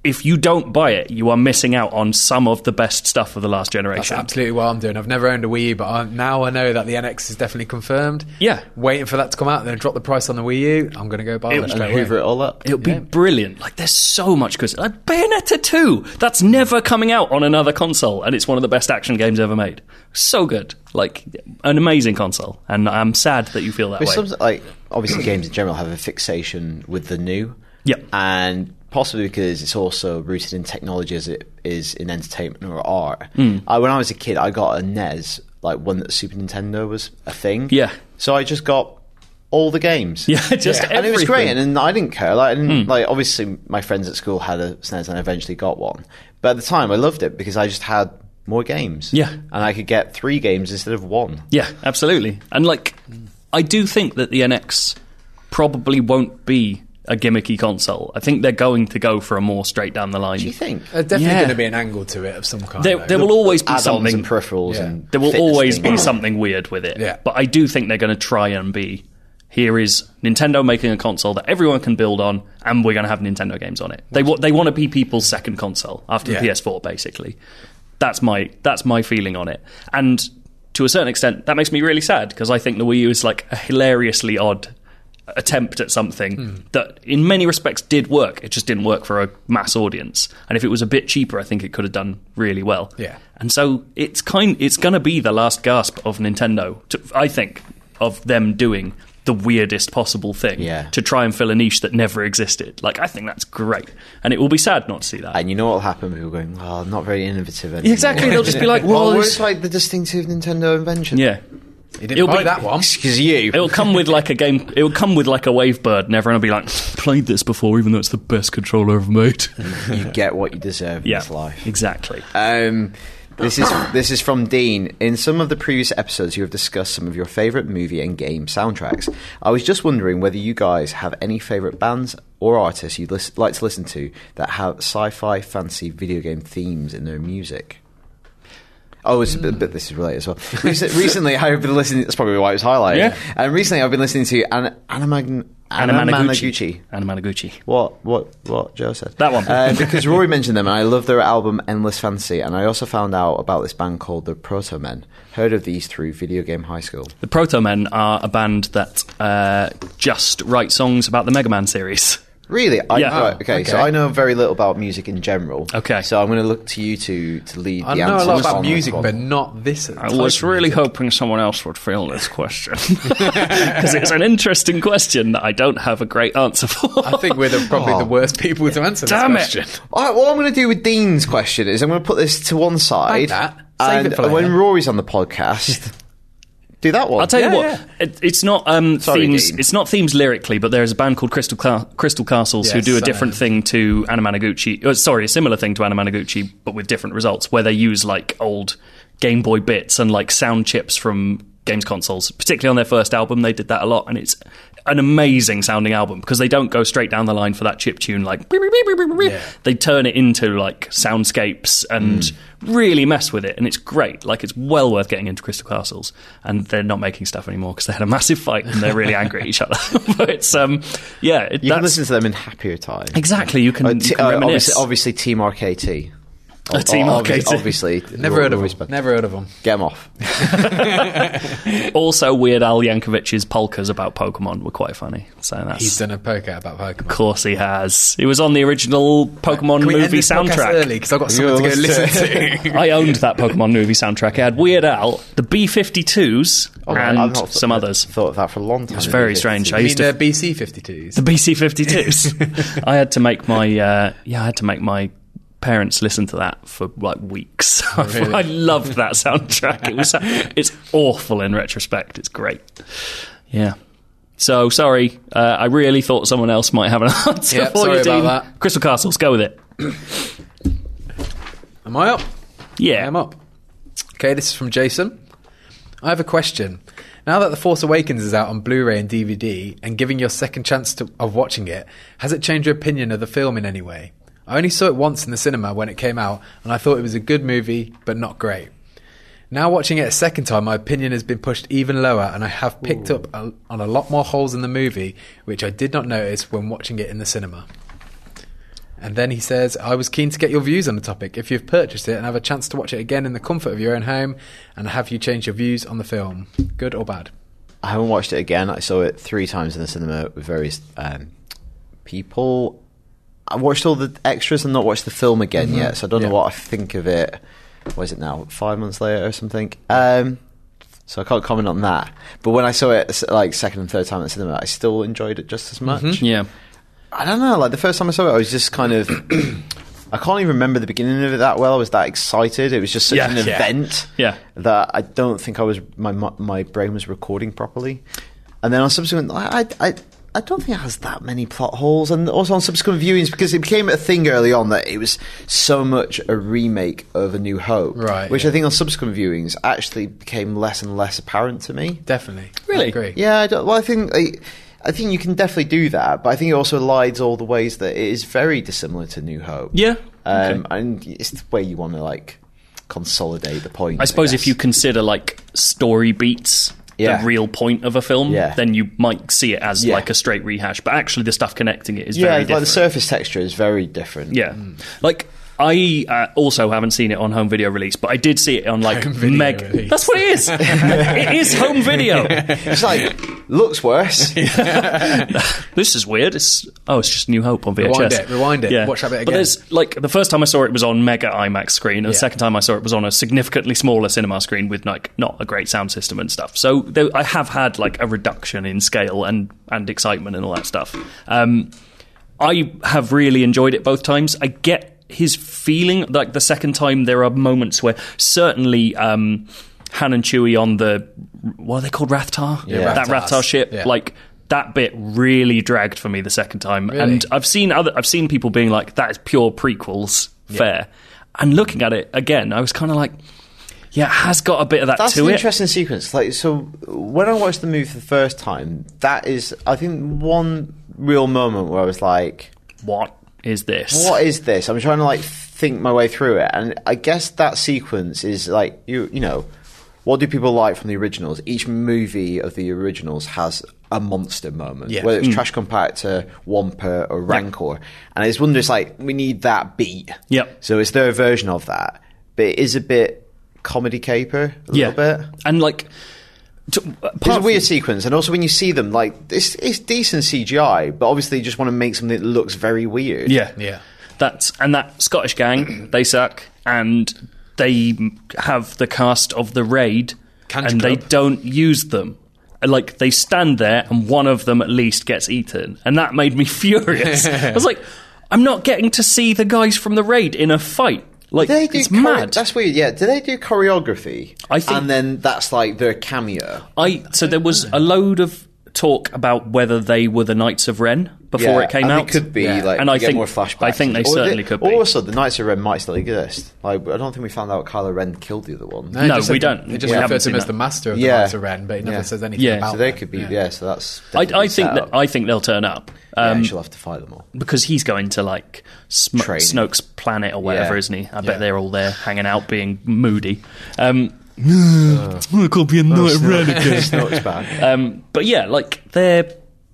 if you don't buy it, you are missing out on some of the best stuff of the last
That's
generation.
absolutely what I'm doing. I've never owned a Wii U, but I, now I know that the NX is definitely confirmed.
Yeah.
Waiting for that to come out, then drop the price on the Wii U. I'm going to go buy it.
And
straight away.
hoover it all up.
It'll be brilliant. Like, there's so much good. Like Bayonetta 2, that's never coming out on another console, and it's one of the best action games ever made. So good. Like, an amazing console, and I'm sad that you feel that way.
But some, like obviously games in general have a fixation with the new.
Yep.
And possibly because it's also rooted in technology as it is in entertainment or art.
Hmm.
I, when I was a kid, I got a NES, like one that Super Nintendo was a thing.
Yeah.
So I just got all the games.
Yeah, just
And it was great,
everything.
and,
Hmm.
and I didn't care. Like, and, like obviously, my friends at school had a SNES, and I eventually got one. But at the time, I loved it because I just had more games.
Yeah.
And I could get three games instead of one.
Yeah, absolutely. And like, I do think that the NX probably won't be a gimmicky console. I think they're going to go for a more straight down the line.
Do you think?
There's Uh, definitely
Yeah.
going to be an angle to it of some kind.
There,
though.
there will always be
add-ons
something
and peripherals
Yeah.
and
there will
fitness
always be
things.
something weird with it.
Yeah.
But I do think they're going to try and be here is Nintendo making a console that everyone can build on, and we're going to have Nintendo games on it. They wa- they want to be people's second console after
Yeah.
the PS4, basically. That's my that's my feeling on it, and to a certain extent, that makes me really sad because I think the Wii U is like a hilariously odd attempt at something
Hmm.
that in many respects did work it just didn't work for a mass audience and if it was a bit cheaper i think it could have done really well
Yeah.
and so it's kind it's going to be the last gasp of Nintendo to, I think of them doing the weirdest possible thing
Yeah.
to try and fill a niche that never existed. Like I think that's great. And it will be sad not to see that.
And you know what'll happen? People going, oh, not very innovative anymore.
Exactly, they'll just be like, well,
well,
this-
it's like the distinctive Nintendo invention.
yeah.
You didn't
it'll
buy
be-
that one.
Excuse you.
It'll come with like a game it'll come with like a wave bird and everyone will be like played this before even though it's the best controller ever made.
You get what you deserve in
yeah.
this life.
Exactly.
Um, this is this is from Dean. In some of the previous episodes, you have discussed some of your favorite movie and game soundtracks. I was just wondering whether you guys have any favorite bands or artists you'd lis- like to listen to that have sci-fi, fantasy, video game themes in their music. Oh, it's a bit, but this is related as well. Recent, recently, I've been listening. That's probably why it was highlighted.
Yeah.
And recently, I've been listening to An- Anamagn- Anamanaguchi.
Anna Managuchi.
What what what Joe said?
That one.
Uh, because Rory mentioned them, and I love their album "Endless Fantasy." And I also found out about this band called the Proto Men. Heard of these through Video Game High School.
The Proto Men are a band that uh, just write songs about the Mega Man series.
Really? I,
Yeah.
right, okay, so
Okay.
I know very little about music in general.
Okay.
So I'm going to look to you two to lead
I
the
know a
answers
lot about
on this
music,
one.
but not this.
I was really hoping someone else would field this question because it's an interesting question that I don't have a great answer for.
I think we're the, probably
Oh.
the worst people to answer
Damn it.
this question.
All right, what I'm going to do with Dean's question is I'm going to put this to one side.
that. Save
and
it for
when
later.
Rory's on the podcast, do that one.
I'll tell you
Yeah,
what,
yeah.
It, it's not um,
Sorry,
themes.
Dean.
It's not themes lyrically, but there is a band called Crystal Cla- Crystal Castles who
Yes,
do a
I
different
know.
thing to Anamanaguchi. Uh, sorry, a similar thing to Anamanaguchi, but with different results, where they use like old Game Boy bits and like sound chips from games consoles. Particularly on their first album, they did that a lot, and it's an amazing sounding album because they don't go straight down the line for that chip tune like beep, beep, beep, beep, beep, beep.
Yeah.
they turn it into like soundscapes and
Mm.
really mess with it and it's great like it's well worth getting into crystal castles and they're not making stuff anymore because they had a massive fight and they're really angry at each other but it's um yeah it,
you
that's
can listen to them in happier time.
exactly you can,
Uh,
you
t-
can
uh,
reminisce
obviously, obviously, Team RKT.
A Team RKT.
Obviously.
Never heard of
Rory's
them.
band.
Never heard of them.
Get 'em off.
also weird al yankovic's polkas about pokemon were quite funny so that's
He's done a poke out about Pokemon.
of course he has he was on the original pokemon
Can we end
movie
this podcast
soundtrack
early because I've got something to go
You'll
listen
listen
to.
I owned that Pokemon movie soundtrack. It had Weird Al, the B 52s,
Oh,
and
I've not
some
th-
others.
Thought of that for a long time. It's
Very strange. I
I mean,
used
the
to
BC 52s.
the BC 52s. I had to make my uh, yeah, I had to make my parents listen to that for like weeks.
really?
I loved that soundtrack. It was it's awful in retrospect. It's great. Yeah. So sorry, uh, I really thought someone else might have an answer
Yeah,
for
sorry
you,
about
Dean.
that.
Crystal Castles, go with it.
Am I up?
Yeah,
I'm up. Okay, this is from Jason. I have a question. Now that The Force Awakens is out on Blu-ray and DVD, and giving your second chance to, of watching it, has it changed your opinion of the film in any way? I only saw it once in the cinema when it came out, and I thought it was a good movie, but not great. Now watching it a second time, my opinion has been pushed even lower, and I have picked up a, on a lot more holes in the movie, which I did not notice when watching it in the cinema. And then he says, I was keen to get your views on the topic. If you've purchased it and have a chance to watch it again in the comfort of your own home, and have you changed your views on the film? Good or bad?
I haven't watched it again. I saw it three times in the cinema with various um, people. I watched all the extras and not watched the film again
Mm-hmm.
yet, so I don't
Yeah.
know what I think of it. What is it now? Five months later or something. Um, so I can't comment on that. But when I saw it s- like second and third time at the cinema, I still enjoyed it just as much.
yeah.
I don't know. Like the first time I saw it, I was just kind of. I can't even remember the beginning of it that well. I was that excited. It was just such
Yeah.
an
Yeah.
event
Yeah.
that I don't think I was my mu- my brain was recording properly. And then on subsequent, I I. I I don't think it has that many plot holes, and also on subsequent viewings because it became a thing early on that it was so much a remake of A New Hope,
Right,
Which
yeah.
I think on subsequent viewings actually became less and less apparent to me.
Definitely.
Really?
I agree.
Yeah, I don't, well, I think I, I think you can definitely do that, but I think it also elides all the ways that it is very dissimilar to New Hope.
Yeah.
um,
Okay.
and it's the way you want to like consolidate the point.
I suppose if
guess.
you consider like story beats
Yeah.
the real point of a film,
Yeah.
then you might see it as
Yeah.
like a straight rehash. But actually, the stuff connecting it is
yeah,
very
like the
different.
surface texture is very different.
yeah,
Mm.
like. I uh, also haven't seen it on home video release, but I did see it on like
Home video
Meg.
release.
That's what it is. it is home video.
it's like looks worse.
This is weird. It's oh, it's just New Hope on VHS.
Rewind it, rewind it, watch that bit
But
again.
there's like the first time I saw it was on mega IMAX screen, and the
Yeah.
second time I saw it was on a significantly smaller cinema screen with like not a great sound system and stuff. So though I have had like a reduction in scale and and excitement and all that stuff. Um, I have really enjoyed it both times. I get his feeling like the second time there are moments where certainly um, Han and Chewie on the what are they called Rathtar
Yeah.
that
Rathars.
Rathtar ship
Yeah.
like that bit really dragged for me the second time
Really?
and I've seen other I've seen people being like that is pure prequels fair and looking at it again I was kind of like yeah it has got a bit of that
That's
to
an
it
interesting sequence. Like, so when I watched the movie for the first time, that is, I think, one real moment where I was like,
what is this
what is this? I'm trying to like think my way through it, and I guess that sequence is like you you know, what do people like from the originals? Each movie of the originals has a monster moment,
Yeah.
Mm.
whether it's Trash Compactor, Wampa, or Rancor, and I just wonder, it's like we need that beat.
Yep.
So is there a version of that? But it is a bit comedy caper, a
yeah,
little bit.
and like. To,
It's a
apart
weird sequence, and also when you see them, like it's it's decent CGI, but obviously you just want to make something that looks very weird.
Yeah,
Yeah.
That's and that Scottish gang, they suck, and they have the cast of the raid,
Canter
and they
Club.
don't use them. Like they stand there, and one of them at least gets eaten, and that made me furious. I was like, I'm not getting to see the guys from the raid in a fight. Like
They do
it's
chore-
mad.
That's weird. Yeah, do they do choreography?
I think-
and then that's like their cameo.
I so there was a load of talk about whether they were the Knights of Ren before
Yeah,
it came
and
out.
It could be
Yeah.
like
And
you
I
get
think-
more flashbacks.
I think they
Or
certainly could be.
Also, the Knights of Ren might still exist. Like I don't think we found out Kylo Ren killed the other one.
it
No,
just
we
said-
don't.
It just
We haven't
refers to
seen
him as
that.
the master of
Yeah.
the Knights of Ren, but it never
Yeah.
says anything
Yeah.
about
So they
them.
could be. Yeah. so that's.
I,
definitely
I think
set
that
up.
I think they'll turn up.
Yeah,
Um,
she'll have to fight them all.
because he's going to like Sm-
Training.
Snoke's planet or whatever,
Yeah.
isn't he? I
Yeah.
bet they're all there hanging out, being moody. Um, I can't
Oh,
be a knight of Ren again.
Snoke's back.
Um, but yeah, like they're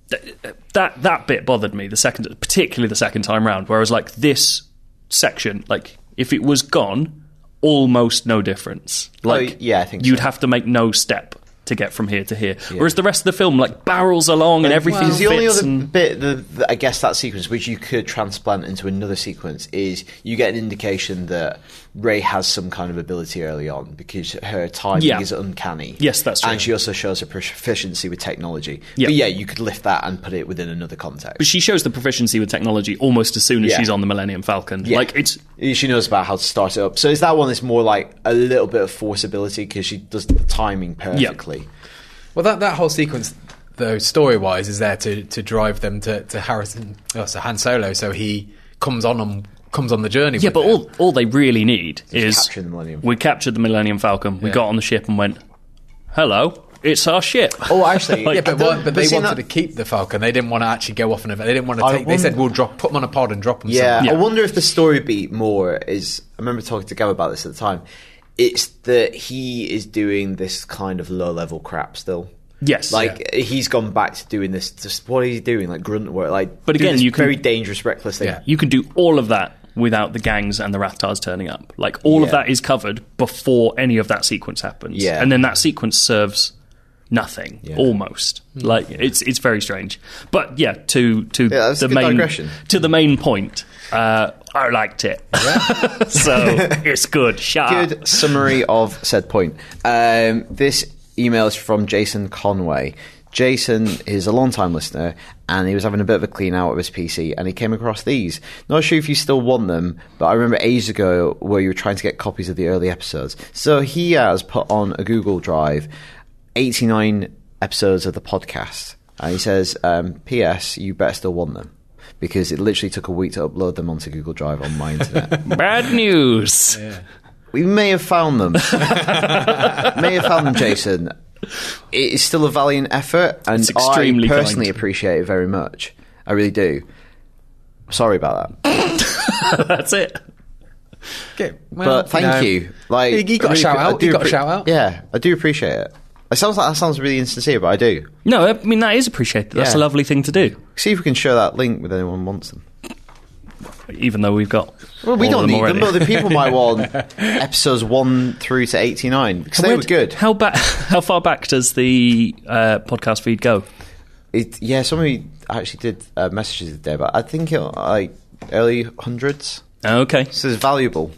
th- that that bit bothered me the second, particularly the second time round. Whereas like this section, like if it was gone, almost no difference. Like
Oh, yeah, I think
you'd
so.
have to make no step to get from here to here. Whereas the rest of the film like barrels along and everything.
Because the only
fits
other
and-
bit, the, the, I guess, that sequence, which you could transplant into another sequence, is you get an indication that Ray has some kind of ability early on because her timing
Yeah.
is uncanny.
Yes, that's true.
And she also shows her proficiency with technology.
Yeah.
But yeah, you could lift that and put it within another context.
But she shows the proficiency with technology almost as soon as
Yeah.
she's on the Millennium Falcon.
Yeah.
Like it's
she knows about how to start it up. So is that one that's more like a little bit of forceability because she does the timing perfectly.
Well, that, that whole sequence, though, story wise, is there to, to drive them to, to Harrison, oh, so Han Solo, so he comes on and comes on the journey.
yeah,
with
but
them.
all all they really need is
capture the Millennium
we captured the Millennium Falcon. We
Yeah.
got on the ship and went, "Hello, it's our ship."
Oh, actually,
Like-
Yeah, but,
I
what,
don't-
but they
see,
wanted
that-
to keep the Falcon. They didn't want to actually go off and they didn't want to
I
take. They said
wonder-
we'll drop put them on a pod and drop them.
Yeah,
Yeah.
I wonder if the story beat more is. I remember talking to Gav about this at the time. It's that he is doing this kind of low level crap still.
Yes.
Like he's gone back to doing this. Just what are you doing? Like grunt work. Like,
But
doing
again,
this
you can-
very dangerous, reckless thing.
Yeah.
you can do all of that without the gangs and the Rathars turning up. Like all of
Yeah.
that is covered before any of that sequence happens.
Yeah.
And then that sequence serves nothing almost. Like it's it's very strange. But yeah, to to
that's
the
a good
main
digression.
to the main point. Uh, I liked it. so it's good. Shut up.
Good summary of said point. Um, this email is from Jason Conway. Jason is a long-time listener, and he was having a bit of a clean out of his PC, and he came across these. Not sure if you still want them, but I remember ages ago where you were trying to get copies of the early episodes. So he has put on a Google Drive 89 episodes of the podcast, and he says, um, "P.S. You better still want them." Because it literally took a week to upload them onto Google Drive on my internet.
Bad news.
We may have found them. may have found them, Jason. It is still a valiant effort, and
It's extremely
I personally
kind.
appreciate it very much. I really do. Sorry about that,
That's it.
Okay, well,
but thank
know,
you. Like,
you got
I
a
really
shout
appre- I
out.
do
You got a
appre-
shout out.
Yeah, I do appreciate it. It sounds like that sounds really insincere, but I do.
No, I mean that is appreciated. That's
Yeah.
a lovely thing to do.
See if we can share that link with anyone who wants them.
Even though we've got
Well, we don't
all of them
need
already.
them, but the people might want episodes one through to eighty nine because they
Where
were
d-
good.
How back? How far back does the uh, podcast feed go?
It, yeah, somebody actually did uh, messages the day, but I think it like early hundreds.
Okay,
This is valuable.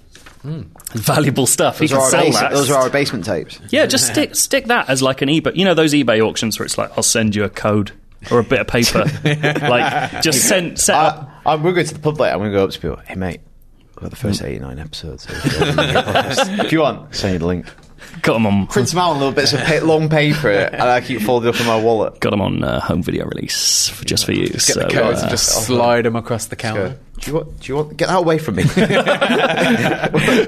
valuable stuff. You
Those are,
can
our
sell
base-
that.
those are our basement tapes.
yeah, just stick stick that as like an eBay. You know those eBay auctions where it's like, I'll send you a code or a bit of paper. like just send set
I,
up.
I'm, we're going to the pub later. I'm going to go up to people. Hey, mate, we've got the first 89 episodes. of the- if you want, send Hmm. you the link.
Got them on.
Print them out on little bits of pa- long paper, and I keep folding up in my wallet.
Got 'em on uh, home video release for, just for you. so,
The codes
uh,
and just slide them across the counter.
Go, Do you want? Do you want? Get that away from me.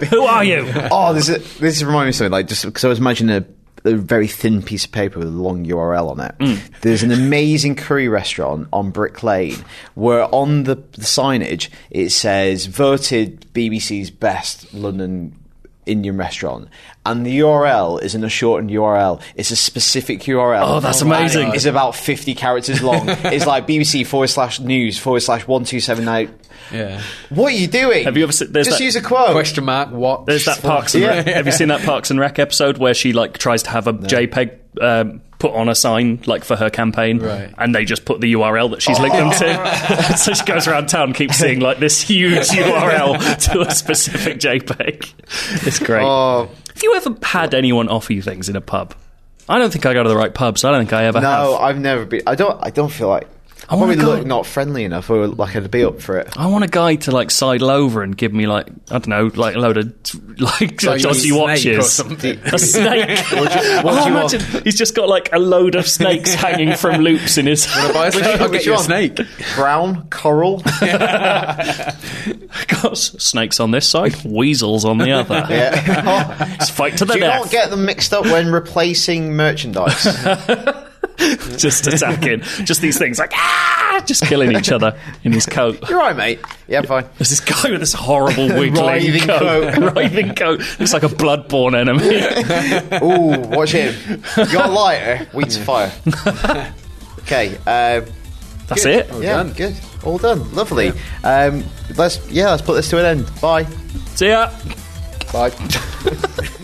who are you?
oh, this is this is reminding me of something. Like just because I was imagining a, a very thin piece of paper with a long URL on it.
Mm.
There's an amazing curry restaurant on Brick Lane where on the, the signage it says voted BBC's best London Indian restaurant, and the URL isn't a shortened URL; it's a specific URL.
Oh, that's
And
amazing.
It's about fifty characters long. it's like BBC forward slash news forward slash one two seven eight.
Yeah.
What are you doing?
Have you ever se- there's
just
that-
use a quote?
Question mark. What?
There's that Parks and Rec. Have you seen that Parks and Rec episode where she like tries to have a JPEG um, put on a sign like for her campaign,
Right.
and they just put the URL that she's linked them
Oh.
to. so she goes around town, keeps seeing like this huge URL to a specific JPEG. It's great.
Oh,
have you ever had anyone offer you things in a pub? I don't think I go to the right pubs. I don't think I ever have.
no, I've never been. I don't. I don't feel like. I
Oh my
probably
God.
look not friendly enough, or like I'd be up for it.
I want a guy to like sidle over and give me like I don't know, like a load of like
you mean
dodgy
snake or
watches.
something?
A snake.
what
Oh,
do you want?
imagine he's just got like a load of snakes hanging from loops in his.
I'll buy a snake. I'll get
Which
you a
one?
snake.
Brown coral.
got s- snakes on this side, weasels on the other.
Yeah. Oh,
Let's fight to the
Do you not
death.
get them mixed up when replacing merchandise?
just attacking, just these things like ah, just killing each other in his coat.
You're right, mate. Yeah, fine.
There's this guy with this horrible wiggling
Writhing
coat, writhing coat. Looks like a bloodborne enemy.
Ooh, watch him. You're lighter. Weeds fire. Okay. Um,
That's
good.
it.
yeah,
done.
good. All done. Lovely. Um, let's yeah, let's put this to an end. Bye.
See ya.
Bye.